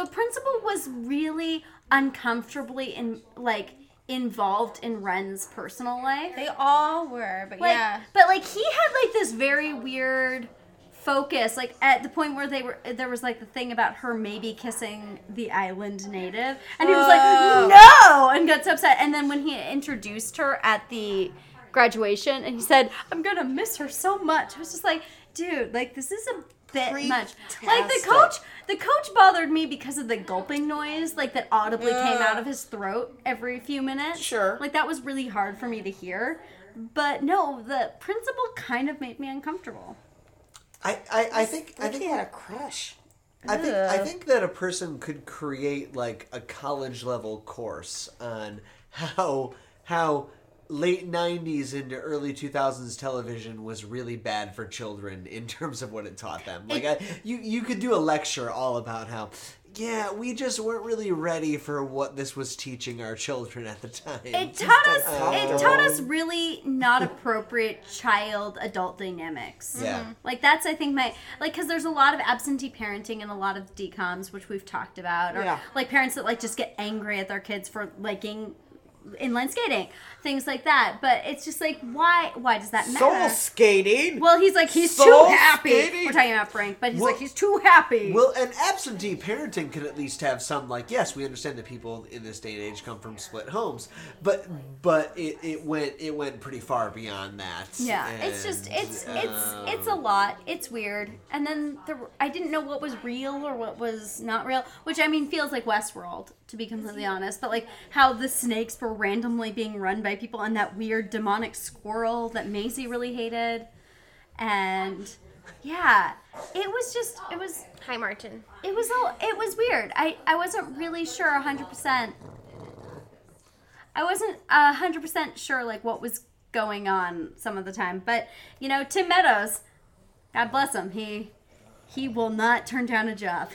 how the principal was really uncomfortably in like involved in Ren's personal life?
They all were, but
Like,
yeah.
But like he had like this very weird focus like at the point where they were there was like the thing about her maybe kissing the island native and he was like
Oh.
no and got so upset and then when he introduced her at the graduation and he said i'm gonna miss her so much i was just like dude like this is a bit much like the
Pre-tastic.
coach the coach bothered me because of the gulping noise like that audibly came out of his throat every few minutes
Sure.
like that was really hard for me to hear but no the principal kind of made me uncomfortable
I, I, I think I
I
think
think he had a crush.
I think I think that a person could create like a college level course on how how late 90s into early 2000s television was really bad for children in terms of what it taught them like I, you you could do a lecture all about how yeah we just weren't really ready for what this was teaching our children at the time Um,
It taught us.
uncomfortable.
It taught us really not appropriate child adult dynamics. Mm-hmm.
yeah
Like that's I think my like because there's a lot of absentee parenting and a lot of decoms which we've talked about, or
Yeah.
like parents that like just get angry at their kids for liking inline skating, things like that. But it's just like why why does that
Soul
matter?
skating.
well, he's like he's too
Soul
happy.
skating.
We're talking about Frank, but he's
Well-
like he's too happy.
Well, and absentee parenting could at least have some like, yes, we understand that people in this day and age come from split homes, but but it, it went it went pretty far beyond that.
Yeah, it's just
And,
it's it's
um,
it's a lot. It's weird. And then the I didn't know what was real or what was not real, which I mean feels like Westworld to be completely honest. But like how the snakes were randomly being run by people and that weird demonic squirrel that Maisie really hated, and yeah, it was just it was
Hi, Martin.
it was all it was weird. I I wasn't really sure hundred percent. I wasn't hundred percent sure like what was going on some of the time, but you know Tim Meadows, God bless him, he he will not turn down a job.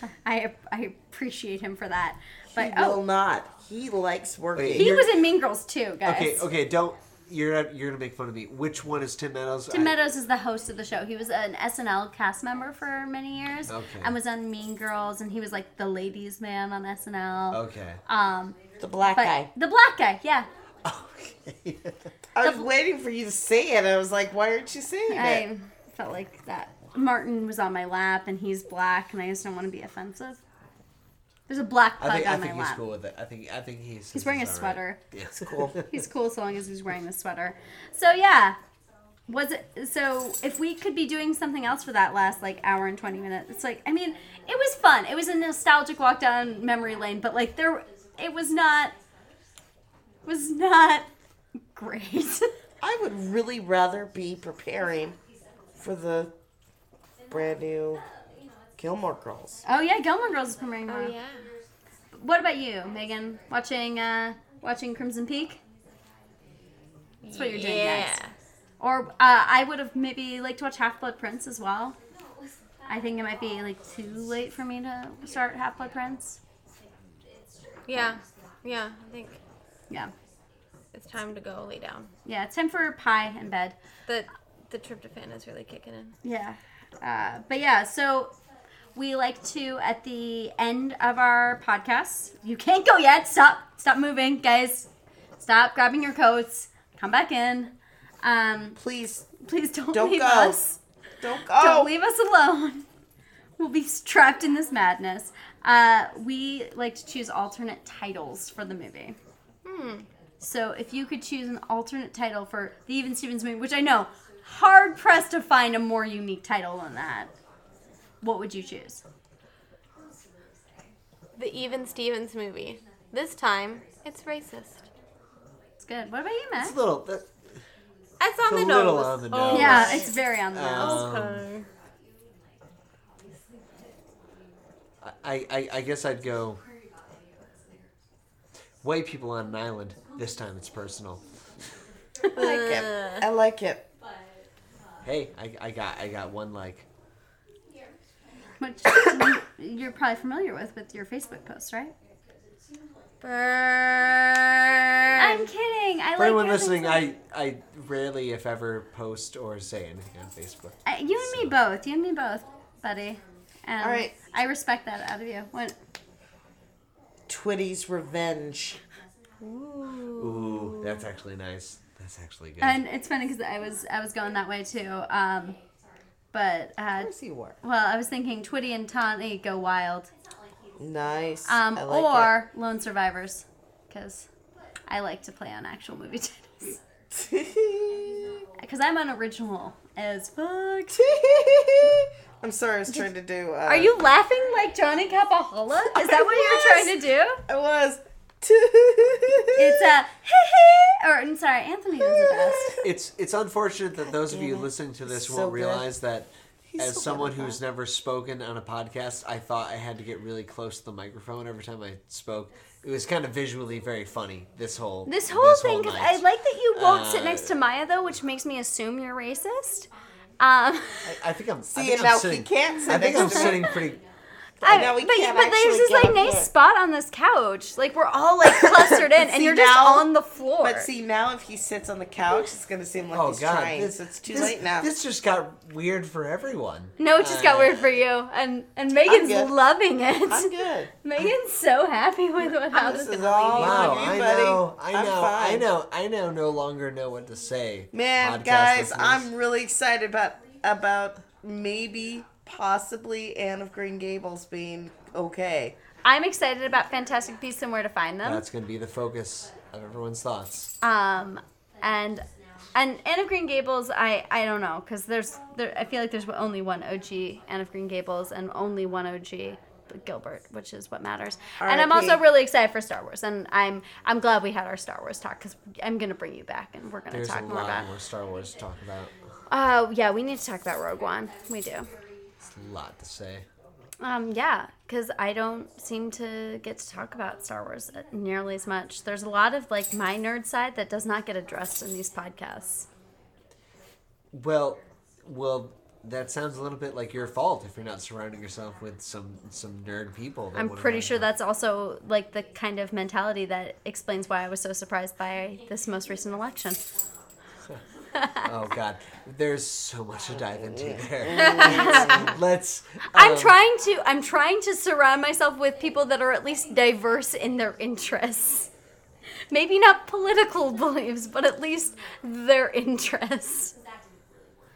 I I appreciate him for that. But
He
oh,
will not.
He likes working.
Wait.
He
You're-
was in Mean Girls too, guys.
Okay, okay, don't. You're you're gonna make fun of me. Which one is Tim Meadows?
Tim
I-
Meadows is the host of the show. He was an SNL cast member for many years
Okay.
and was on Mean Girls, and he was like the ladies' man on SNL.
okay.
Um,
The black
but
guy.
the black guy, yeah.
I was
the-
waiting for you to say it. I was like, why aren't you saying it?
I felt like that. Martin was on my lap, and he's black, and I just don't want to be offensive. There's a black pug
I think
on
I think
my
he's
lap.
cool with it. I think I think he's.
He's wearing a
all right.
sweater.
Yeah.
It's cool.
He's cool so long as he's wearing the sweater. So yeah. Was it so if we could be doing something else for that last like hour and 20 minutes. It's like I mean, it was fun. It was a nostalgic walk down memory lane, but like there it was not was not great.
I would really rather be preparing for the brand new Gilmore Girls.
oh yeah, Gilmore Girls is premiering tomorrow.
Oh yeah.
What about you, Megan? Watching uh watching Crimson Peak? That's what you're doing next. Or uh, I would have maybe liked to watch Half Blood Prince as well. I think it might be like too late for me to start Half Blood Prince.
Yeah. Yeah. I think
Yeah,
it's time to go lay down.
yeah. It's time for pie and bed.
The the tryptophan is really kicking in.
Yeah. Uh, but yeah, so we like to at the end of our podcast. You can't go yet. Stop. Stop moving, guys. Stop grabbing your coats. Come back in. Um,
Please
please don't,
Don't
leave
go.
us.
don't go.
Oh.
Don't leave us alone. We'll be trapped in this madness. Uh, we like to choose alternate titles for the movie.
Hmm.
So if you could choose an alternate title for the Even Stevens movie, which I know hard pressed to find a more unique title than that, what would you choose?
The Even Stevens movie. This time it's racist.
It's good. What about you, Matt?
It's a little. That,
That's on
It's
the
a little
nose.
on the
Oh,
nose. Um,
yeah, it's very on the
Uh.
nose.
okay.
I, I I guess I'd go. White people on an island. This time it's personal.
I like it. I like it.
Hey, I, I got I got one like.
Which you're probably familiar with with your Facebook post, right?
Burn.
I'm kidding. I
For
like
anyone
your
listening,
Facebook-
I I rarely, if ever, post or say anything on Facebook.
I, you and me both. You and me both, buddy. And
All right.
I respect that out of you. What?
Twitty's Revenge.
Ooh, that's actually nice. That's actually good.
And it's funny because I was I was going that way too. Um, but uh,
Of course you were.
well, I was thinking Twitty and Tawny go wild,
Nice.
um,
I like
or Lone Survivors, because I like to play on actual movie titles.
it.
Because I'm unoriginal as fuck.
I'm sorry, I was trying to do. Uh,
Are you laughing like Johnny Capahola? Is that what you're trying to do?
I was.
It's
it's
a or I'm sorry, Anthony was the best.
it's it's unfortunate that those of you listening to this
He's so
won't
good.
realize that
so
as
good
someone
at
who's never spoken on a podcast, I thought I had to get really close to the microphone every time I spoke. It was kind of visually very funny. This whole
This whole thing, because
night.
I like that you won't sit
Uh,
next to Maya though, which makes me assume you're racist. Um,
I, I think I'm I
See, and
think I'm
now he
sitting,
can't sit
I think I'm
next to me.
sitting pretty.
I,
now we
but,
can't
but there's
actually
this
get
like
up
nice
there.
spot on this couch. Like we're all like clustered in, and
See,
you're just
now-
on the floor.
But see, now if he sits on the couch, it's going to seem like
Oh
he's
God!
trying.
this-
so it's too
this-
late now.
This just got weird for everyone.
no, it just got
Uh,
weird for you, and and Megan's
good.
loving it.
I'm good. uh,
Megan's so happy with what
This
happened.
is all
Wow,
on you,
I
buddy.
know, I
I'm
know,
fine.
I know, I know. No longer know what to say.
Man,
podcast
guys,
listeners.
I'm really excited about about maybe possibly Anne of Green Gables being okay.
I'm excited about Fantastic Beasts and where to find them.
That's going to be the focus of everyone's thoughts.
Um, and and Anne of Green Gables, I I don't know because there's there I feel like there's only one OG Anne of Green Gables and only one OG Gilbert, which is what matters. And I'm
R.I.P..
also really excited for Star Wars, and I'm I'm glad we had our Star Wars talk because I'm gonna bring you back and we're gonna
There's a
talk more
lot
about.
more Star Wars to talk about.
Oh yeah, we need to talk about Rogue One. We do.
It's a lot to say.
Um, yeah, because I don't seem to get to talk about Star Wars uh, nearly as much. There's a lot of like my nerd side that does not get addressed in these podcasts.
Well, well, That sounds a little bit like your fault if you're not surrounding yourself with some some nerd people. that
I'm
would've
pretty
liked
sure
it.
that's also like the kind of mentality that explains why I was so surprised by this most recent election.
Oh God, there's so much to dive into there. Let's.
I'm
um,
trying to I'm trying to surround myself with people that are at least diverse in their interests. Maybe not political beliefs, but at least their interests.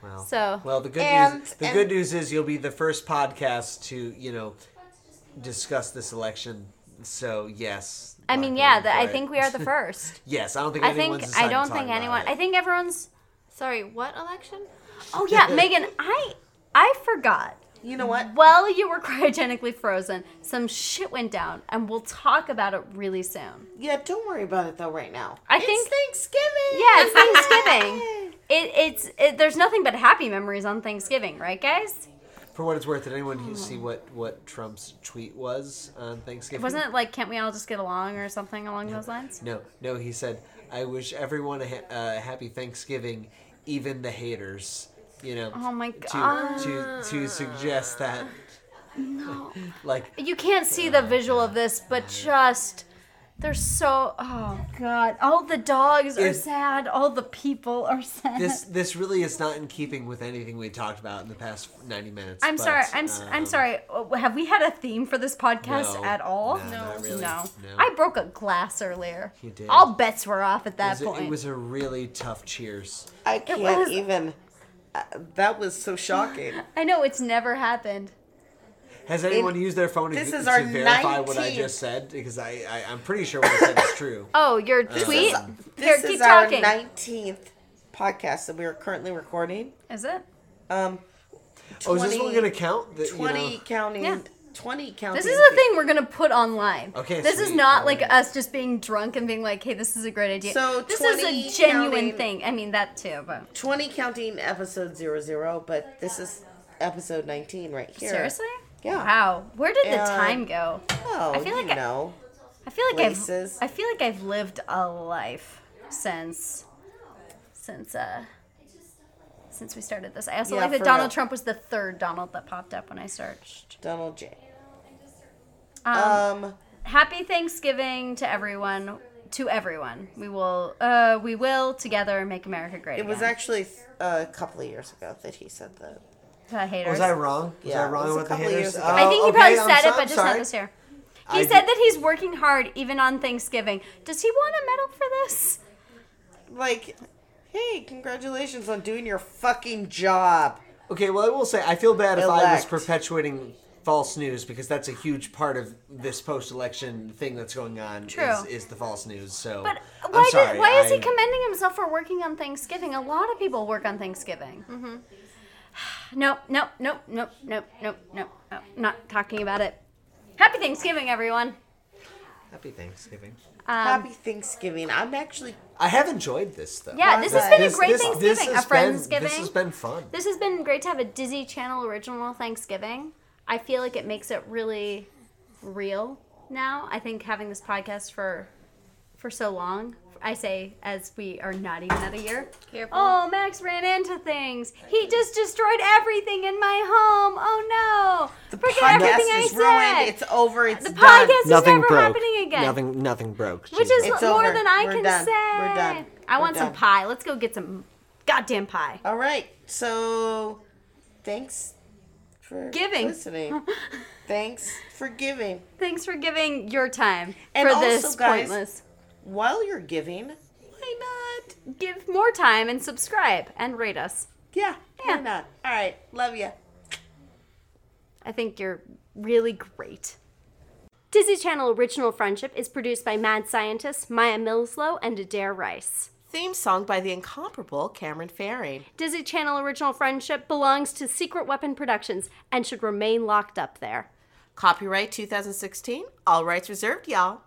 Well,
So-
well, the good
And-
news. The
and-
good news is you'll be the first podcast to you know discuss this election. So yes.
I
lock
mean,
it
yeah,
in
the,
for
I
it.
think we are the first.
Yes, I don't think
I
anyone's
think I don't
decided to
think
talk about
anyone.
it.
I think everyone's.
Sorry, what election?
Oh yeah, Megan, I I forgot.
You know what?
While you were cryogenically frozen, some shit went down, and we'll talk about it really soon.
Yeah, don't worry about it though right now.
I think
Thanksgiving.
yeah, it's Thanksgiving. It, it's it, there's nothing but happy memories on Thanksgiving, right, guys?
For what it's worth, did anyone who see what what Trump's tweet was on Thanksgiving?
Wasn't it like can't we all just get along or something along those lines?
No, no. He said, "I wish everyone a ha- uh, happy Thanksgiving, even the haters." You know.
Oh my
To to, to suggest that. No. like
You can't see the visual of this, but just they're so oh god. All the dogs are
Is-
sad. All the people are sad.
this this really is not in keeping with anything we talked about in the past 90 minutes
I'm
but,
sorry. I'm s am
um,
sorry. Uh, Have we had a theme for this podcast
no,
at all?
no, not really.
No.
No.
I broke a glass earlier.
You did.
All bets were off at
it
that
was, a,
point.
it was a really tough cheers
I can't
was-
even. Uh, that was so shocking.
I know it's never happened.
has anyone used their phone to,
this
to
is our
verify what i
19th.
just said because I, I i'm pretty sure what i said is true
Oh, your tweet. Here,
This
keep
is our
talking.
nineteenth podcast that we are currently recording.
Is it?
Um, 20,
oh is this one gonna count that, you know-
Twenty counting.
Yeah.
Twenty counting.
This is a thing we're gonna put online.
Okay,
This is
sweet.
not like
Alright.
us just being drunk and being like, "Hey, this is a great idea."
So
this is a
20
genuine
counting-
thing. I mean that too, but
Twenty counting episode zero zero, but this is episode nineteen right here.
seriously.
Yeah.
Wow. Where did the
And-
time go?
Oh,
I feel
you
like I-
know.
I feel like
Places.
I've I feel like I've lived a life since since uh since we started this. I also
Yeah,
like that
for
Donald
real.
Trump was the third Donald that popped up when I searched.
Donald J.
Um,
Um,
happy Thanksgiving to everyone. To everyone, we will uh we will together make America great.
it was
again.
actually uh, a couple of years ago that he said that.
the haters.
was i wrong was
Yeah,
i
it
wrong
was a
with the
couple
haters
years ago.
Oh,
I think he
okay,
probably
I'm
said
so-
it, but
I'm
just
sorry.
not this year.
I
He
did-
said that he's working hard even on Thanksgiving. Does he want a medal for this?
Like, hey, congratulations on doing your fucking job.
Okay, well, I will say I feel bad if I was
Elect.
perpetuating false news because that's a huge part of this post-election thing that's going on.
True.
Is, is the false news. So,
But
I'm
why, did-
sorry,
why is he
I-
commending himself for working on Thanksgiving? A lot of people work on Thanksgiving.
Mm-hmm.
Nope, nope, nope, nope, nope, nope, nope, nope. Not talking about it. Happy Thanksgiving, everyone.
Happy Thanksgiving.
Um,
Happy Thanksgiving. I'm actually
I have enjoyed this though.
Yeah, this has been a great Thanksgiving,
has
a
been-
Friendsgiving.
This has been fun.
This has been great to have a Disney Channel original Thanksgiving. I feel like it makes it really real now. I think having this podcast for for so long, I say as we are not even at a year.
Careful.
Oh, Max ran into things. He just destroyed everything in my home. Oh no! Forget everything I
is
said.
ruined. It's over. It's
the
done.
podcast is never happening again.
Nothing. Nothing broke.
Which is
It's
more
over.
than I
We're
can
done.
say.
We're done.
I
We're
want some
done.
pie. Let's go get some goddamn pie.
All right. So, thanks for
Giving.
listening. thanks for giving.
Thanks for giving your time
And
for
also,
this
guys-
pointless.
While you're giving, why not?
Give more time and subscribe and rate us.
Yeah,
Yeah.
why not? All right. Love you.
I think you're really great. Disney Channel Original Friendship is produced by mad scientists Maya Millslow and Adair Rice.
Theme song by the incomparable Cameron Faring.
Disney Channel Original Friendship belongs to Secret Weapon Productions and should remain locked up there.
Copyright 2016. All rights reserved, y'all.